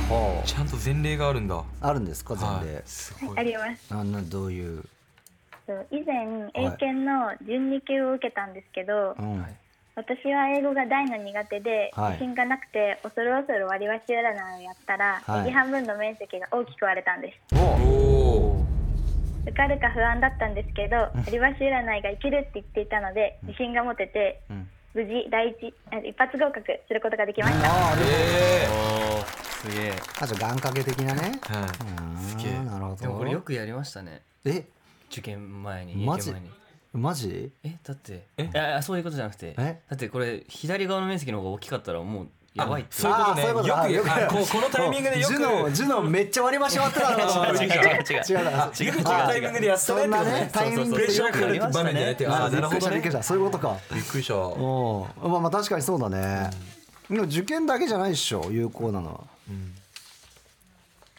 B: ほ
D: ちゃんと前例があるんだ
B: うあるんですか前例、
D: はいすご
E: あ
D: い
E: ります。
B: あんなどういう、
E: 以前英検の12級を受けたんですけど、
B: うん
E: 私は英語が大の苦手で
B: はい
E: 自信がなくて恐る恐る割り箸占いをやったら、
B: はい
E: 右半分の面積が大きく割れたんです。
D: おお
E: 受かるか不安だったんですけど割り箸占いが生きるって言っていたので自信が持てて、無事第一あ一発合格することができました。
B: あ
D: ーえ
C: おーすげえ
B: あじゃあ願掛け的なね
D: えはい
B: す
D: げえ
B: なるほど
C: でもこれよくやりましたね
B: え
C: 受験前に
B: マジ
C: 受験前に
B: マジ
C: えだって
D: え
C: えあそういうことじゃなくてだ
B: え
C: ってこれ左側の面積の方が大きかったらもうやばいって
D: そういうことね
B: あそういうことだ
D: よく
B: あ
D: あこうこのタイミングでよく
B: ジュノジュノめっちゃ割り箸割ってた
D: [laughs]
B: な
C: 違う違う違う
B: [laughs] 違うな
D: よくこのタイミングでやったね
B: そんなねタイミング
D: プレッ
B: で
D: シャ
B: よ
D: ーか
B: く
D: かるって場面じゃないってあ
B: あ
D: あなるほど
B: びっ
D: ね
B: くりしたそういうことか
D: びっくりした
B: おまあまあ確かにそうだね、でも受験だけじゃないでしょ有効なのは、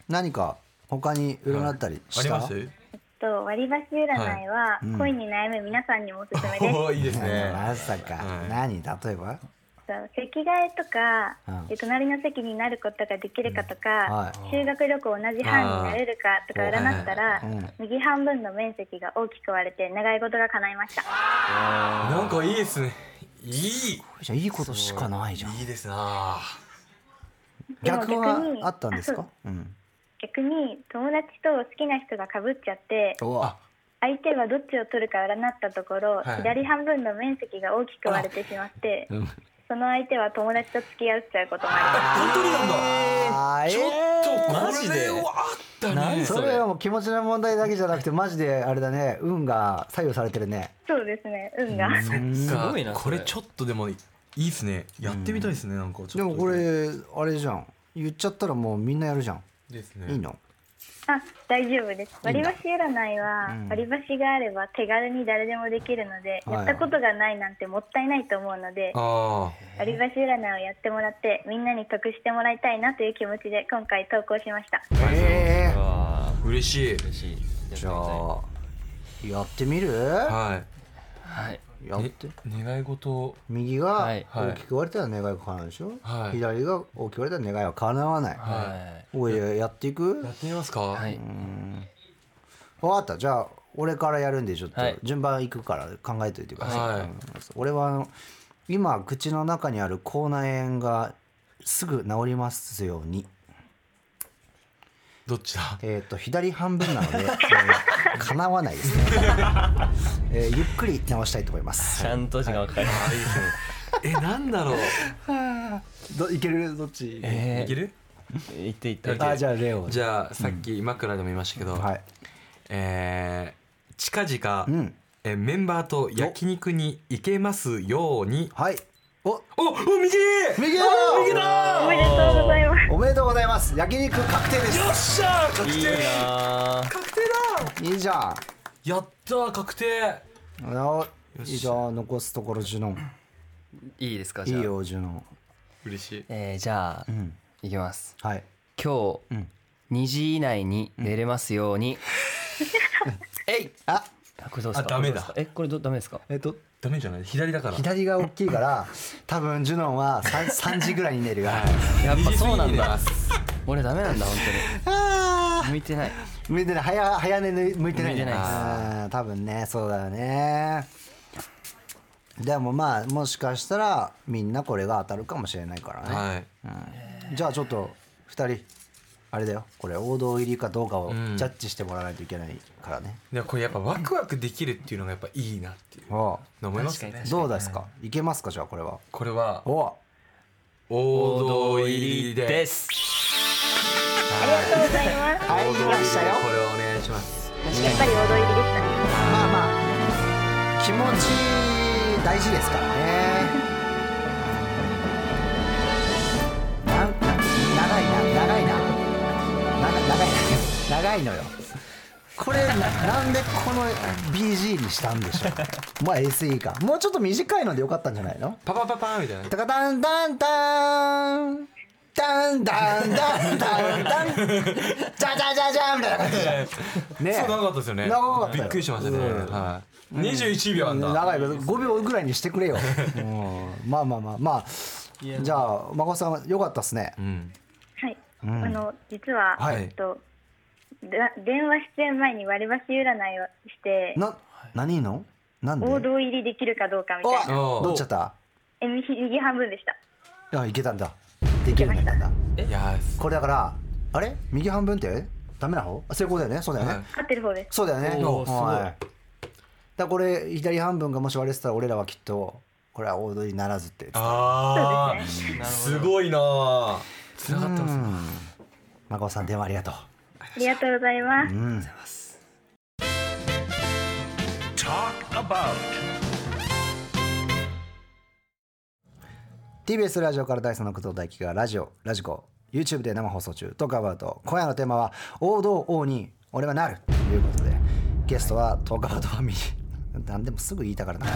B: 何か他に占ったり
D: あ
B: し
D: り
B: た、
D: ます
E: と割り箸占いは恋に悩む皆さんにもおすすめです。
D: [laughs] おおいいですね
B: まさか、
D: はい
B: 何例えば
E: そう席替えとか、
B: うん
E: で隣の席になることができるかとか、
B: は
E: 修学旅行同じ班になれるかとか占ったら、右半分の面積が大きく割れて願い事が叶いました
D: なんかいいですねいい
B: じゃあいいことしかないじゃん
D: いいですな
E: でも
B: 逆は
E: 逆に
B: あったんですか
E: あ
B: うん
E: 逆に友達と好きな人がかぶっちゃって
B: うわ
E: 相手はどっちを取るか占ったところ、
D: はい
E: 左半分の面積が大きく割れてしまって、その相手は友達と付き合っちゃうこともあ
D: 本当になんだ
B: あー
D: ちょっと
C: マ
D: こ
C: ジで
D: れはあった
C: 何
D: ね
C: そ
B: それはもう気持ちの問題だけじゃなくてマジであれだね運が左右されてるね
E: りますそうですね運が、
D: そっか
C: すごいなそ
D: こ
C: れ
D: れちょっとでもいいですねやってみたいですねなんかちょっと
B: でもこれあれじゃん言っちゃったらもうみんなやるじゃん
D: ですね
B: いいの
E: [laughs] あ大丈夫です割り箸占いは割り箸があれば手軽に誰でもできるので、
B: はい
E: やったことがないなんてもったいないと思うので
D: あ
E: 割り箸占いをやってもらってみんなに得してもらいたいなという気持ちで今回投稿しました
B: ええ
D: あ
C: あ
D: 嬉しい
C: 嬉しい
B: じゃあやってみるや
D: は
C: はい
D: い
B: っ
D: ね
B: て
D: 願い事を
B: 右が
C: はい
B: 大きく割れたら願いが叶うでしょ、
D: はい
B: 左が大きく割れたら願いは叶わない、
C: は
B: おいやっていく
D: やってみますか
C: いは
D: はい
C: い
B: 分かったじゃあ俺からやるんでちょっと
C: はい
B: 順番いくから考えといてください、うん俺はあの今口の中にある口内炎がすぐ治りますように
D: どっちだ
B: えっ、と左半分 [laughs] なので、えー叶わないですね、 [laughs] えーゆっくり治したいと思います
C: ちゃんと時間かかる
D: えなんだろう
B: [laughs] どいけるどっち、
D: え
C: え
D: いける
C: ー行って行って
B: あじゃあレオ
D: じゃあさっき枕でも言いましたけど
B: はい
D: えー近
B: う
D: 々
B: ん
D: えメンバーと焼肉に行けますように
B: はいお
D: おお右
B: 右だ
E: おめでとうござい
B: [laughs]
E: ます
B: おめでとうございます焼肉確定です
D: よっしゃー確
C: いい
D: 定
C: なー
D: 確定だ
B: いいじゃん
D: やったー確定
B: あのいいじゃん残すところジュノン
C: いいですか
B: い
C: じゃあ
B: いよジュノン
D: 嬉しい
C: えーじゃあ
B: ん
C: いきます
B: はい
C: 今日
B: ん
C: 2時以内に寝れますようにえい
B: あ
C: あこれどうですか
D: あダメだ
C: これどうですかえこれどダメですか
B: えっと
D: ダメじゃない左だから
B: 左が大きいから [laughs] 多分ジュノンは [laughs] 3, 3時ぐらいに寝るよ
C: やっぱそうなん
D: 右
C: だ
D: 右です
C: 俺ダメなんだ本当に向いてない
B: 向いてない早早寝に向いてない
C: 向いてないです
B: あー多分ねそうだよねでもまあもしかしたらみんなこれが当たるかもしれないからね、
D: はい
B: じゃあちょっと2人あれだよこれ王道入りかどうかをジャッジしてもらわないといけないからね、
D: でもこれやっぱワクワクできるっていうのがやっぱいいなっていう
B: おう
D: の思いますね
C: 確か
B: どうですかいけますかじゃあこれは
D: これは
B: おう
D: 王道入りで
C: ですす
E: ありがとうございます
B: はいいましたよ
D: これはお願いします
E: やっぱり踊りでしたね
B: まあまあ気持ち大事ですからねなんか長いな長いななんか長いな長いのよこれななんでこの BG にしたんでしょうまあ SE かもうちょっと短いのでよかったんじゃないの
D: パパパパーンみたいな
B: タカタンタンタンタンタンタンタンタンジャジャジャジャみたいな感じじゃんね
D: そう長かったですよね
B: 長かったよ
D: びっくりしましたね
B: うん
D: は21秒あんだ
B: 長いけど5秒ぐらいにしてくれよ、うんまあまあまあまあじゃあ孫さんよかったっすね
D: うん
E: はい、あの実は、
D: はい
E: えっとで電話出演前に割り箸占いをして
B: な何のなんで
E: 王道入りできるかどうかみたいな
B: あ
D: お
B: どっちだった
E: え右半分でした
B: いやいけたんだできるようになったんだ
D: いやーす
B: これだからあれ右半分ってダメな方あ成功だよねそうだよね、
D: はい
E: 合ってる方です
B: そうだよね
D: おーすごい
B: いだからこれ左半分がもし割れてたら俺らはきっとこれは大通りにならずって [laughs] 言ってた
D: あ
E: そうですね
D: ーすごいなー繋がってますね
B: 孫さん電話ありがとう
E: ありがとうございます、
F: Talk about.
B: TBS ラジオから第三の工藤大輝がラジオラジコ YouTube で生放送中トークアバウト今夜のテーマは「王道王に俺はなる」ということでゲストはトークアバウトファミリー何でもすぐ言いたからなはい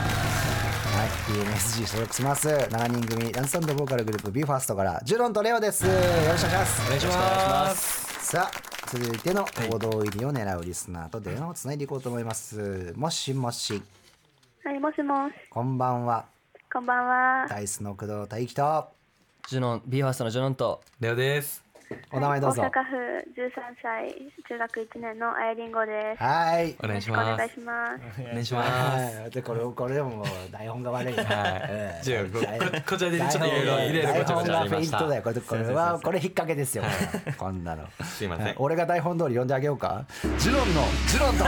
B: DMSG 所属します7人組ダンスボーカルグループ BE:FIRST からジュロンとレオですよろしくお願いします
D: お願いします
B: さあ続いての王道入りを狙うリスナーと電話をつないでいこうと思いますもしもし
E: はいもしもし
B: こんばんは
E: こんばんは、
B: ダイスの工藤大輝と
C: ジュノン b ファーストのジュノンと
D: レオです
B: お名前どうぞ
E: 大阪府13歳中学1年のあやりんごです
B: はい
D: お願いし
E: よろくお
D: ま
E: 願い
D: す
E: します
D: お願いします
B: はい、でこれこれでも台本が悪いな。うん
D: じゃあこここちらでちょっといろいろ入れる
B: 台
D: ごちゃご
B: 本
D: ちゃあ
B: が
D: り
B: フェ
D: ま
B: イ
D: し
B: ントだよ。
D: た
B: これこれはこれ引っ掛けですよ。これこんなの。
D: すいません
B: 俺が台本通り読んであげようか。ジュロンのジュロンと。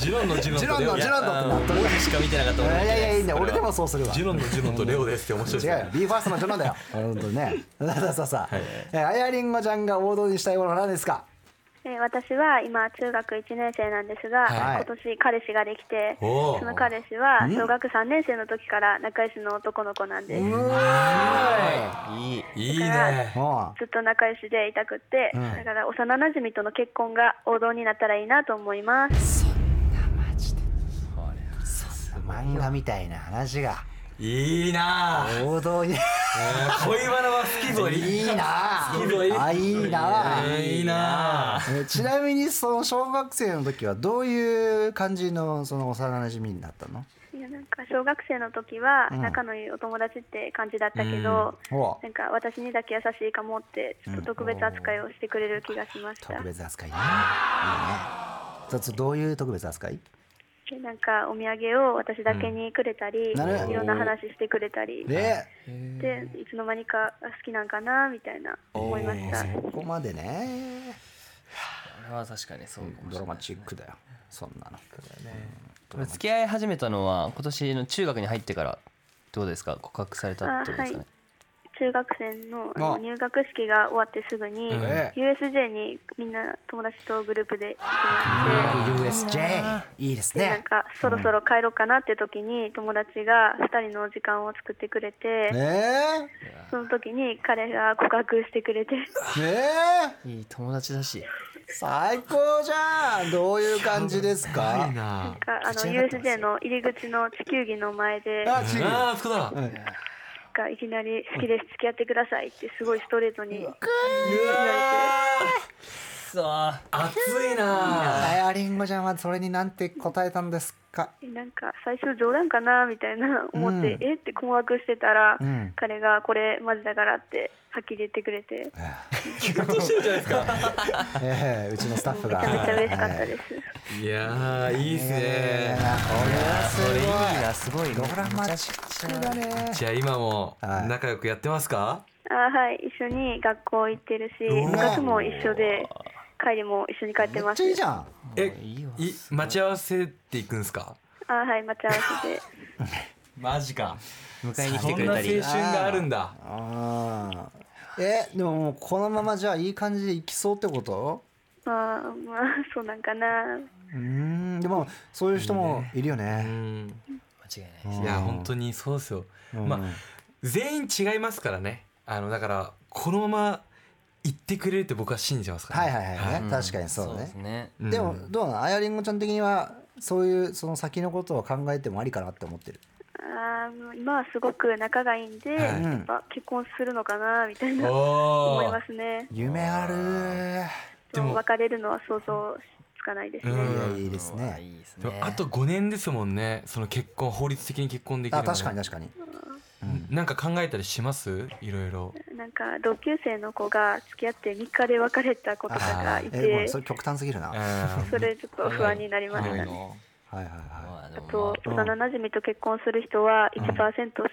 D: ジュロンのジュ
B: ジュ
D: ロンと
B: ロン
D: レオ
B: のジュロンだってなっとる
C: 俺しか見てなかった
B: いやいやいやいいんだよ。俺でも
D: そ
B: そうするわ。
D: ジュロンのジュロンとレオですって面白い
B: 違う
D: で
B: よ。ビーファーストのジュロンだよ。本当ね。さあさあさあ。えーあやりんごちゃんが王道にしたいものは何ですか。
E: えー私は今中学1年生なんですが、
B: はい
E: 今年彼氏ができて
D: おー
E: その彼氏は小学3年生の時から仲良しの男の子なんです、
C: いい
D: いいいね
B: も
E: ずっと仲良しでいたくって、だから幼なじみとの結婚が王道になったらいいなと思います
B: う漫画みたいな話が
D: いいなぁ
B: 王道に。
D: 恋バナは好きぞ
B: い
D: い
B: い
D: い
B: なあ。
D: 好きぞい
B: あいいなあ。
D: いいなぁ
B: えーちなみにその小学生の時はどういう感じのその幼馴染みになったの
E: いやなんか小学生の時は仲のいいお友達って感じだったけど、
B: うんほう
E: なんか私にだけ優しいかもってちょっと特別扱いをしてくれる気がしました、
B: 特別扱いねいいねちょっとどういう特別扱い
E: でなんかお土産を私だけにくれたり、
B: んなるほど
E: いろんな話してくれたり
B: で
E: でいつの間にかあ好きなんかなみたいな思いました、
B: ここまでね
C: これは確かにそうかもし
B: ド
C: れ
B: ラ
C: な
B: マ
C: い
B: チックだよそんなの
C: これ付き合い始めたのは今年の中学に入ってからってことですか告白されたってことですかね、
E: 中学生のあの
B: あ
E: 入学式が終わってすぐに、
B: ええ
E: USJ にみんな友達とグループで行きまして
B: USJ いいです
E: でなん
B: ね
E: かそろそろ帰ろうかなって時に友達が2人の時間を作ってくれて、
B: え
E: その時に彼が告白してくれて
B: えええ
C: いい友達だし
B: 最高じゃんどういう感じですか
E: なん
D: な
E: かあの USJ の入り口の地球儀の前で
B: あ
D: ぁあーあそこだ
B: うん
E: がいきなり「好きです付き合ってください」ってすごいストレートに言われて
C: さあ
D: 熱いなぁ
B: あやりんごちゃんはそれになんて答えたんですか
E: えなんか最初冗談かなみたいな思って、
B: うん
E: えって困惑してたら、
B: ん
E: 彼がこれマジだからってはっきり言ってくれて
B: ええうちのスタッフ
E: めち
B: が
E: ゃめちゃ嬉しかったです、
D: いやーいいっすね
B: これはすごい
C: すご
B: ド
C: い
B: ラマチックだね
D: じゃあ今も
B: はい
D: 仲良くやってますか
E: あはい一緒に学校行ってるし
B: うわ
E: 部活も一緒で帰りも一緒に帰って
B: めっ
E: ま
B: ち
E: す
B: ゃいいじゃん
D: え
C: いいわ
D: い待ち合わせっていくんですか
E: あはい待ち合わせで [laughs]
D: マジか
C: 迎えに来て
D: そん
C: くれ
D: な青
C: たり
D: 春があるんだ
B: あーえでももうこのままじゃあいい感じでいきそうってこと
E: まあまあそうなんかな
B: うーんでもそういう人もいるよ
D: う
B: ね
D: ん
C: 間違いない
D: いや本当にそうですよ、まあ全員違いますからねあのだからこのまま行ってくれるって僕は信じてますから、
B: はいはいはいね確かにそう
C: で
B: ね
C: すね
D: うん
B: でもどうなのあやりんごちゃん的にはそういうその先のことを考えてもありかなって思ってる
E: あもう今はすごく仲がいいんで、
D: はい
E: やっぱ結婚するのかなみたいな思
D: お
E: い
D: ー
E: ますね
B: 夢ある
E: でも別れるのは想像つかないです
D: う
E: ね。
D: ん
B: いやいいです
C: あ
B: ね
C: いいです
D: でも
C: ね
D: あと5年ですもんねその結婚法律的に結婚できる
B: あ
D: のも
B: 確かに確かに
D: なんか考えたりしますいろいろ
E: なんか同級生の子が付き合って3日で別れた子とかがい
B: えーごめ
E: て
B: んそれ極端すぎるな、
D: う
B: はい
D: ん
E: それちょっと不安になりました
C: 早い
E: ね
C: な。
B: はいは
C: まあで
E: あ
C: も
E: と
B: うん
E: 幼馴染と結婚する人は1%し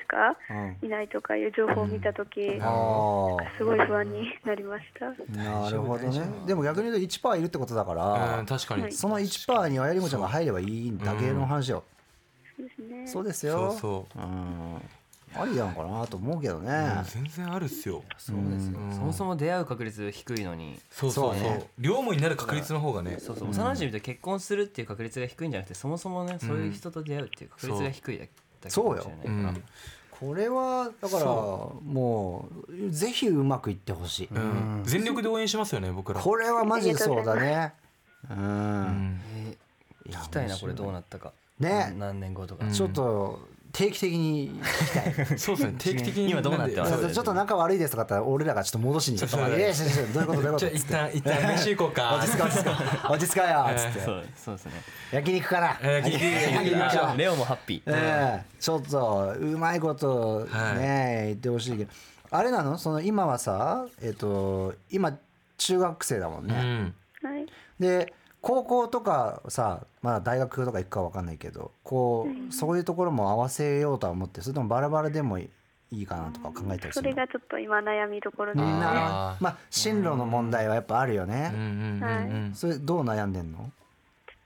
E: か
B: い、うん、
E: いないとかいう情報を見たとき、
B: ああ
E: すごい不安になりました。
B: なるほどねでも逆に言うと1%いるってことだか
D: うんう
B: ら
D: ん、確かに
E: はい
B: その1%にはやりもちゃんが入ればいいだけの話よ、
E: そうですね。
B: そうですよ
D: そうそう
B: うんありなんかなと思うけどね、
D: うん全然あるっすよ
C: そうですよ
D: うん
C: そもそも出会う確率低いのに
D: そうそう
B: そう
D: そ
B: ね
D: う両思いになる確率の方がね
C: そうそう幼馴染と結婚するっていう確率が低いんじゃなくてそもそもねそういう人と出会うっていう確率が低いだけかもしれないか
D: う
C: ら
D: ん
B: これはだからもうぜひうまくいってほしい、
D: うん全力で応援しますよね僕ら
B: これはマジでそうだねうん、
D: うん
C: え
B: い
C: ー
B: や
C: 聞きたいなこれどうなったか
B: ね
C: うん何年後とか
B: ちょっと定期的に聞きたい
D: そうですね定期的に
C: 今どうなってます
D: [laughs] そうです
B: ちょっと仲悪いですとかだったら俺らがちょっと戻しに行
D: そうそう
B: いやいやちょっとどういうことどういうこ
D: じ
B: と
D: ゃあ一旦一旦飯行こうか
B: 落ち着か落ち着か落ち着かよつって
C: そうそうですね
B: 焼肉かな
D: えー [laughs] 聞いて聞いてみましょう
C: レオもハッピー
B: ええちょっとうまいことね言ってほしいけどあれなのその今はさえっと今中学生だもん
D: う
B: ね
D: ん
E: はい。
B: で高校とかさまだ大学とか行くか分かんないけどこうそういうところも合わせようとは思ってそれともバラバラでもいいかなとか考えたりす
E: そ
B: る
E: れ
B: の
E: がちょっと今悩みどころです
B: み
E: ね。
B: んな
E: は
B: まあ進路の問題はやっぱあるよ
D: うんう
B: ね、
D: んうんうん
B: それどう悩んでんの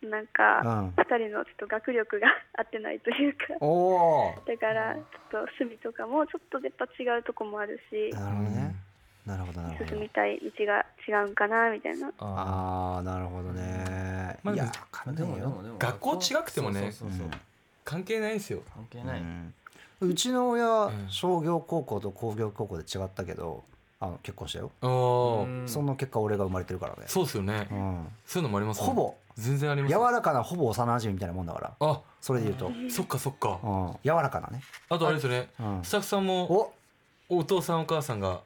E: い。なんか
B: う
E: 二人のちょっと学力が合ってないというか。
B: おお
E: だからちょっと趣味とかもちょっとやっぱ違うとこもあるし
B: なるほどねなるほどなるほ
E: 進
B: ど
E: みたい道が違うんかなみたいな
D: あ
B: ああなるほどね、
D: まあ
B: いや
D: でも
B: わかんないよ
D: 学校違くてもね
C: そうそうそうそう
D: ー関係ないんですよ
C: 関係ない
B: うんうちの親、
D: ん
B: 商業高校と工業高校で違ったけどあの結婚したよ、
D: あー
B: その結果俺が生まれてるからね
D: そうですよね
B: うん
D: そういうのもあります
B: ほぼ
D: 全然あります
B: 柔らかなほぼ幼馴染みたいなもんだから
D: あ
B: それで言うと、
D: そっかそっか
B: うん、柔らかなね
D: あとあれですよね
B: うん
D: スタッフさんも
B: お
D: お父さんお母さんが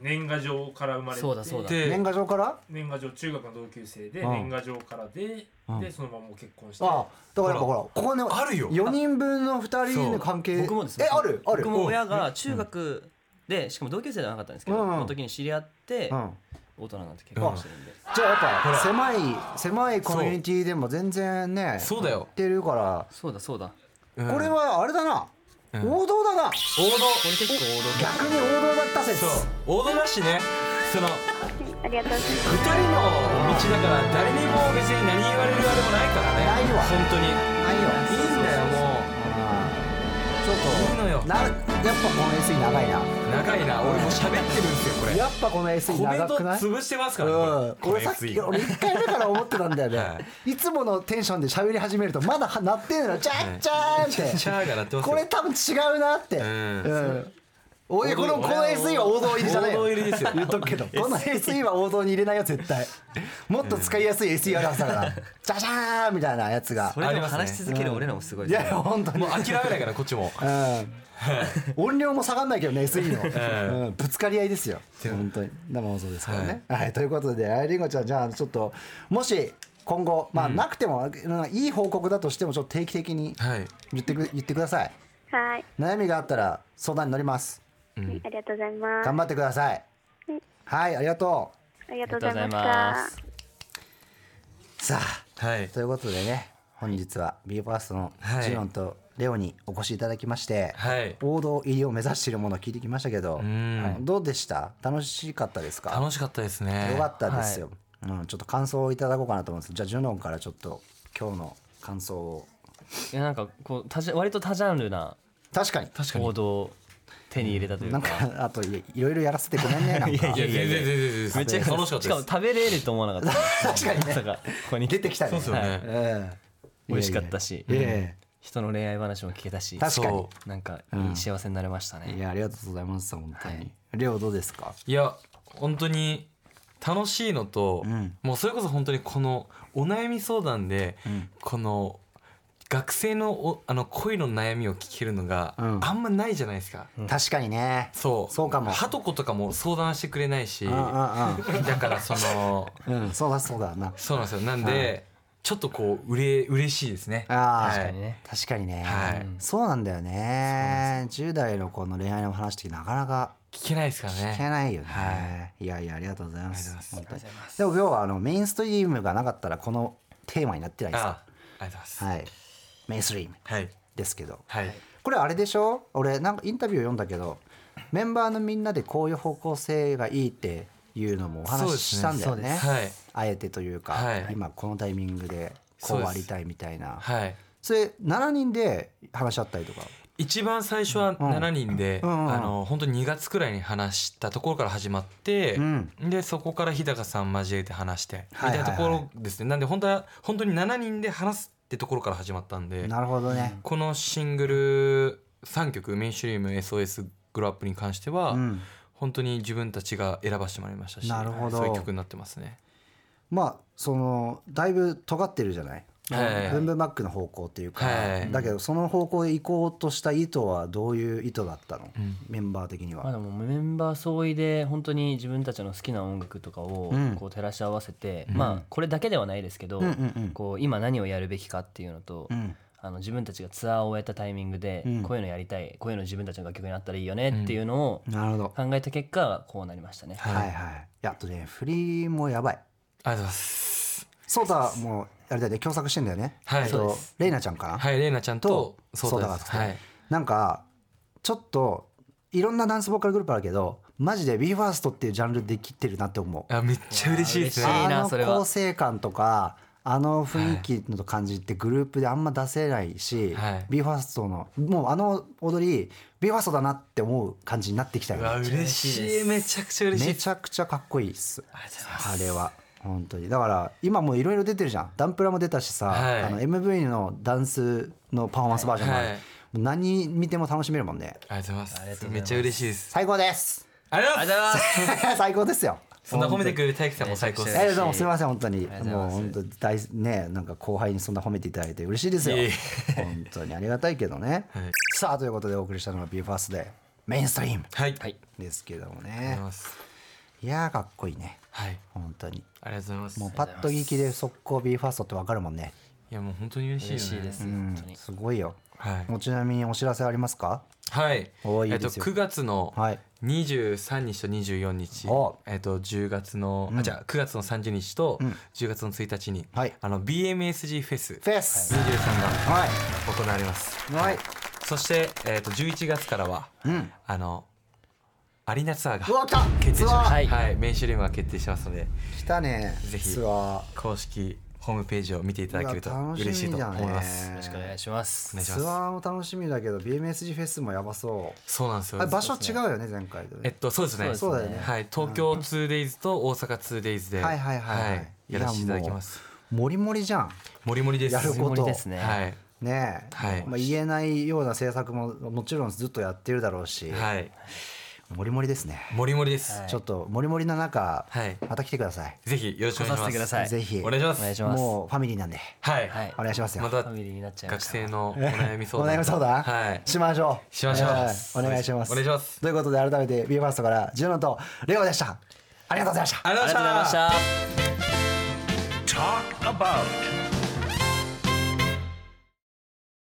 G: 年賀状から生まれて
C: そうだそうだ
D: で
B: 年賀状から
G: 年賀状中学の同級生で
B: うん
G: 年賀状からで、
B: うん
G: でそのままもう結婚して
B: あだからやっぱほ
D: ほ
B: らここね
D: あるよ
B: 4人分の2人の関係
C: 僕もですね
B: えあるある
C: 僕も親が中学でしかも同級生ではなかったんですけど
B: うん
C: そ
B: うん
C: の時に知り合って
B: うん
C: 大人になって結婚してるんで
B: じゃあやっ
D: ほ
B: ぱ
D: ら
B: 狭い狭いコミュニティでも全然ね
D: そうだよ
B: やってるから
C: そうだそうだ
D: うん
B: これはあれだな、
D: うん
B: 王道だな
D: 王道
C: これ結構王道
B: 逆に王道だった説
D: そう王道だしねその
E: ありがとうございます
D: 二人の道だから誰にも別に何言われるあれもないからね
B: ないわ
D: 本当に
B: ないよ
D: いいんだよも
B: あーちょ
D: いい
B: っと
D: のよ
B: なやっぱこの SE 長いな
D: う長いな俺もう喋ってるんですよこれ
B: やっぱこの SE
D: コメン
B: 長
D: ト
B: くない
D: 潰してます
B: う
D: からね
B: ん
D: これ
B: 俺さっき俺1回目から思ってたんだよね、、
D: [laughs] はい
B: つものテンションで喋り始めるとまだ鳴ってんのよチャッチャーンって、
D: シャーが鳴ってます
B: こ
D: よ
B: れ多分違うなって、う
D: ん
B: んおい
D: 王
B: こ
D: 道
B: のこの SE は王道入りじゃないよ
D: 王道入りですよ
B: 言っとくけどこの SE は王道に入れないよ絶対もっと使いやすい SE あるはずだ
D: [laughs]
B: からジャジャーンみたいなやつが
C: それでも話し続ける俺らもすごい
B: いやいや本当に
D: もう諦めないからこっちも
B: うん音量も下がんないけどね SE の、うん、ぶつかり合いですよ本当に生放送ですからね、はいということであいりんごちゃんじゃあちょっともし今後まあなくても、うんいい報告だとしてもちょっと定期的に
D: はい
B: 言ってく言ってください
E: はい、
B: 悩みがあったら相談に乗ります
E: ありがとうございます
B: 頑張ってくださいはいありがと
E: ありが
C: あり
E: と
C: が
E: う
C: とうござ
E: ござい
C: い
E: まし
C: ま
E: た
C: す
B: うさ
D: は
B: あ
D: い
B: ということでね本日は b ファーストの
D: はい
B: ジロンとレオにお越しいただきまして、
D: はい
B: 王道入りを目指しているものを聞いてきましたけど、
D: ん
B: はいどうでした楽しかったですか
D: 楽しかったですね
B: よかったですよ、うん、ちょっと感想をいただこうかなと思うんですじゃあジュノンからちょっと今日の感想を
C: いやなんかこう多ジャ割と多ジャンルな
B: 確かに
D: 確かに
C: 王道を手に入れたという
B: なん
C: か
B: か [laughs] あといいろいろやらせてごめんねなんか
D: いや全然全然全然
C: めっちゃ
D: 楽しかっ
C: したか
D: で
C: も
D: す
C: 食べれると思わなかった
B: 確かにね
C: まさかここに来
B: 出てきたね
D: そうですよ
C: は
D: ね
C: い
B: ええ
C: 美味しかったし
B: いやいやいやえ
C: 人の恋愛話も聞けたし
B: え確かに
D: そ
C: なんかいい幸せになれましたね、
B: いやありがとうございます本当に、レオどうですか
D: いや本当に楽しいのと、
B: ん
D: もうそれこそ本当にこのお悩み相談で、この学生のおあの恋の悩みを聞けるのが、
B: ん
D: あんまないじゃないですか。
B: 確かにね
D: そう
B: そうかも
D: はとことかも相談してくれないし
B: うんうん
D: だからその
B: うん、うん、そうだそうだな
D: そうなんですよなんで、ちょっとこううれ嬉しいですね。
B: あー
D: はい
C: 確かにね
B: 確かにね、
D: はい
B: そうなんだよね10代の子の恋愛の話ってなかなか
D: 聞けないですからね。
B: 聞けないよね、、
D: はい
B: やいやありがとうございます本当に
C: ありがとうございます
B: でも今日はあのメインストリームがなかったらこのテーマになってないですか
D: ああ、ありがとうございます。
B: はいメインストリーム
D: はい。
B: ですけど
D: はい。
B: これあれでしょ俺なんかインタビュー読んだけどメンバーのみんなでこういう方向性がいいっていうのもお
D: そう
B: 話
D: で
B: し
D: すね
B: したんだよね
D: そうです
B: あえてというか、
D: はい
B: 今このタイミングでこうありたいみたいな
D: はい。
B: それ7人で話し合ったりとか
D: 一番最初は7人で、
B: うんうん
D: あの本当に2月くらいに話したところから始まって、
B: うん
D: でそこから日高さん交えて話してみ
B: はい
D: た
B: はいは
D: い
B: い
D: なところですね、なんで本当は本当に7人で話すってところから始まったんで
B: なるほどね、
D: このシングル3曲「メインストリーム SOS グロアップ」に関しては、
B: うん、
D: 本当に自分たちが選ばせてもらいましたし
B: なるほど
D: そういう曲になってますね。
B: まあそのだいぶ尖ってるじゃない、
D: はい
B: ブンブンバックの方向っていうか、
D: はい
B: だけどその方向へ行こうとした意図はどういう意図だったの、
D: うん
B: メンバー的に
C: まあ
B: は、
C: でもメンバー総意で本当に自分たちの好きな音楽とかを
B: うん
C: こう照らし合わせて、まあこれだけではないですけど、
B: うんうんうん
C: こう今何をやるべきかっていうのと、
B: うん
C: あの自分たちがツアーを終えたタイミングで、
B: うん
C: こういうのやりたいこういうの自分たちの楽曲になったらいいよねっていうのを
B: なるほど
C: 考えた結果こうなりましたね。
D: い
B: はいはい。いやあとね、フリーもやばい。
D: ありがとうございます。
B: ソータもやりたいで共作してんだよね。
D: はい
B: えっとレイナちゃんかな。
D: はい、レイナちゃんと
B: と
D: そうだ
B: ソーダが
D: はい。
B: なんかちょっといろんなダンスボーカルグループあるけど、マジで b ファーストっていうジャンルできてるなって思う。
D: あ、めっちゃ嬉しいです
C: いやー
D: ね。
C: 嬉しいな
B: あの
C: それは
B: 構成感とか。あの雰囲気の感じってグループであんま出せないし、
D: はい
B: BE:FIRST のもうあの踊り BE:FIRST だなって思う感じになってきた
D: う
B: よ
D: わ、
B: ね
D: 嬉しい。めちゃくちゃ嬉しい
B: め
D: です。
B: ちゃくちゃかっこいいっす
D: ありがとうございます
B: あれは本当にだから今もういろいろ出てるじゃんダンプラも出たしさ、
D: はい
B: あの MV のダンスのパフォーマンスバージョンもある、
D: はい
B: もう何見ても楽しめるもんね
D: ありがとうございます。めっちゃ嬉しいです。
B: 最高です
D: [laughs] ありがとうございます。
B: 最高ですよ
D: [laughs] そんな褒めてくれる大輝さんも最高です。
B: えー、どうもすみません本当に
C: りがとうござい
B: もう
C: ます
B: 本当に大ねなんか後輩にそんな褒めていただいて嬉しいですよ
D: いえい
B: 本当にありがたいけどね、
D: はい
B: さあということでお送りしたのが BE:FIRST でメインストリーム
D: はい。
C: は
D: はいい。
B: ですけども
D: ありがとうござ
B: ね
D: います。
B: いやーかっこいいね
D: はい。
B: 本当に
D: ありがとうございます。
B: もうパッと聞きで速攻 BE:FIRST ってわかるもんね
D: いやもう本当に嬉しいよね
C: 嬉しいです、本当に。
B: すごいよ
D: はい
B: も。うちなみにお知らせありますか
D: はい。
B: おーい
D: え
B: い
D: っと
B: ですよ
D: 9月の
B: はい
D: 23日と24日
B: お、
D: えっと10月のあじゃあ9月の30日と10月の1日に
B: はい
D: あの BMSG フェス
B: フェス
D: 23が
B: はい
D: 行われます。
B: はい
D: そしてえっと11月からはあのアリーナツアーが
B: うわ来た
D: 決定し
B: ツ
D: ま
B: ア
D: す。
B: ー
D: はい。はい。メインシュリームが決定しますので。
B: 来たね
D: ぜひ
B: ツア
D: 公式ホームページを見ていただけると
B: うわ楽しみ
D: 嬉しいと
B: だね
D: 思います。
C: よろしくお願いします
D: お願いし
B: ー
D: ます
B: ツアーも楽しみだけど BMSG フェスもやばそう
D: そうなんですよ。
B: あれ場所違うよね前回と
D: え
B: ね
D: っとそうですね。
B: そうだよね
D: はい、東京 2days と大阪 2days で、
B: はいはいはいはい
D: やらせていただきます。
B: もりもりじゃん
D: もりもりです。
B: やるこ
C: 盛り
B: と
C: ですね。
D: はい
B: ね
D: は
B: え
D: い
B: まあ言えないような制作ももちろんずっとやってるだろうし
D: はい、
B: もりもりですね
D: もりもりです。
B: ちょっともりもりの中
D: はい
B: また来てください
D: ぜひよろしくお願いし
C: 来させ
D: ま
C: て
D: す。
C: ください
B: ぜひ
D: お願いしま
C: お願
D: す。
C: いします。
B: もうファミリーなんで
D: はい、
C: はい
B: お願いしますよ
D: ま
C: フ
D: た
C: ァミリーになっちゃいま
D: 学
C: した。
D: 生のお悩
B: [laughs]
D: み
B: お
D: 相談。
B: 悩み相談、
D: はい。
B: しましょう。
D: しましょう
B: はいお願いします。
D: お願いします
B: ということで改めて b ファーストからジュノとレオでした。ありがとうございました。
D: あり
C: あ
D: が
C: り
D: と
C: が
D: うご
C: とうご
D: ざ
C: ざ
D: い
C: い
D: ま
C: ま
D: し。
C: したた。
F: Talk about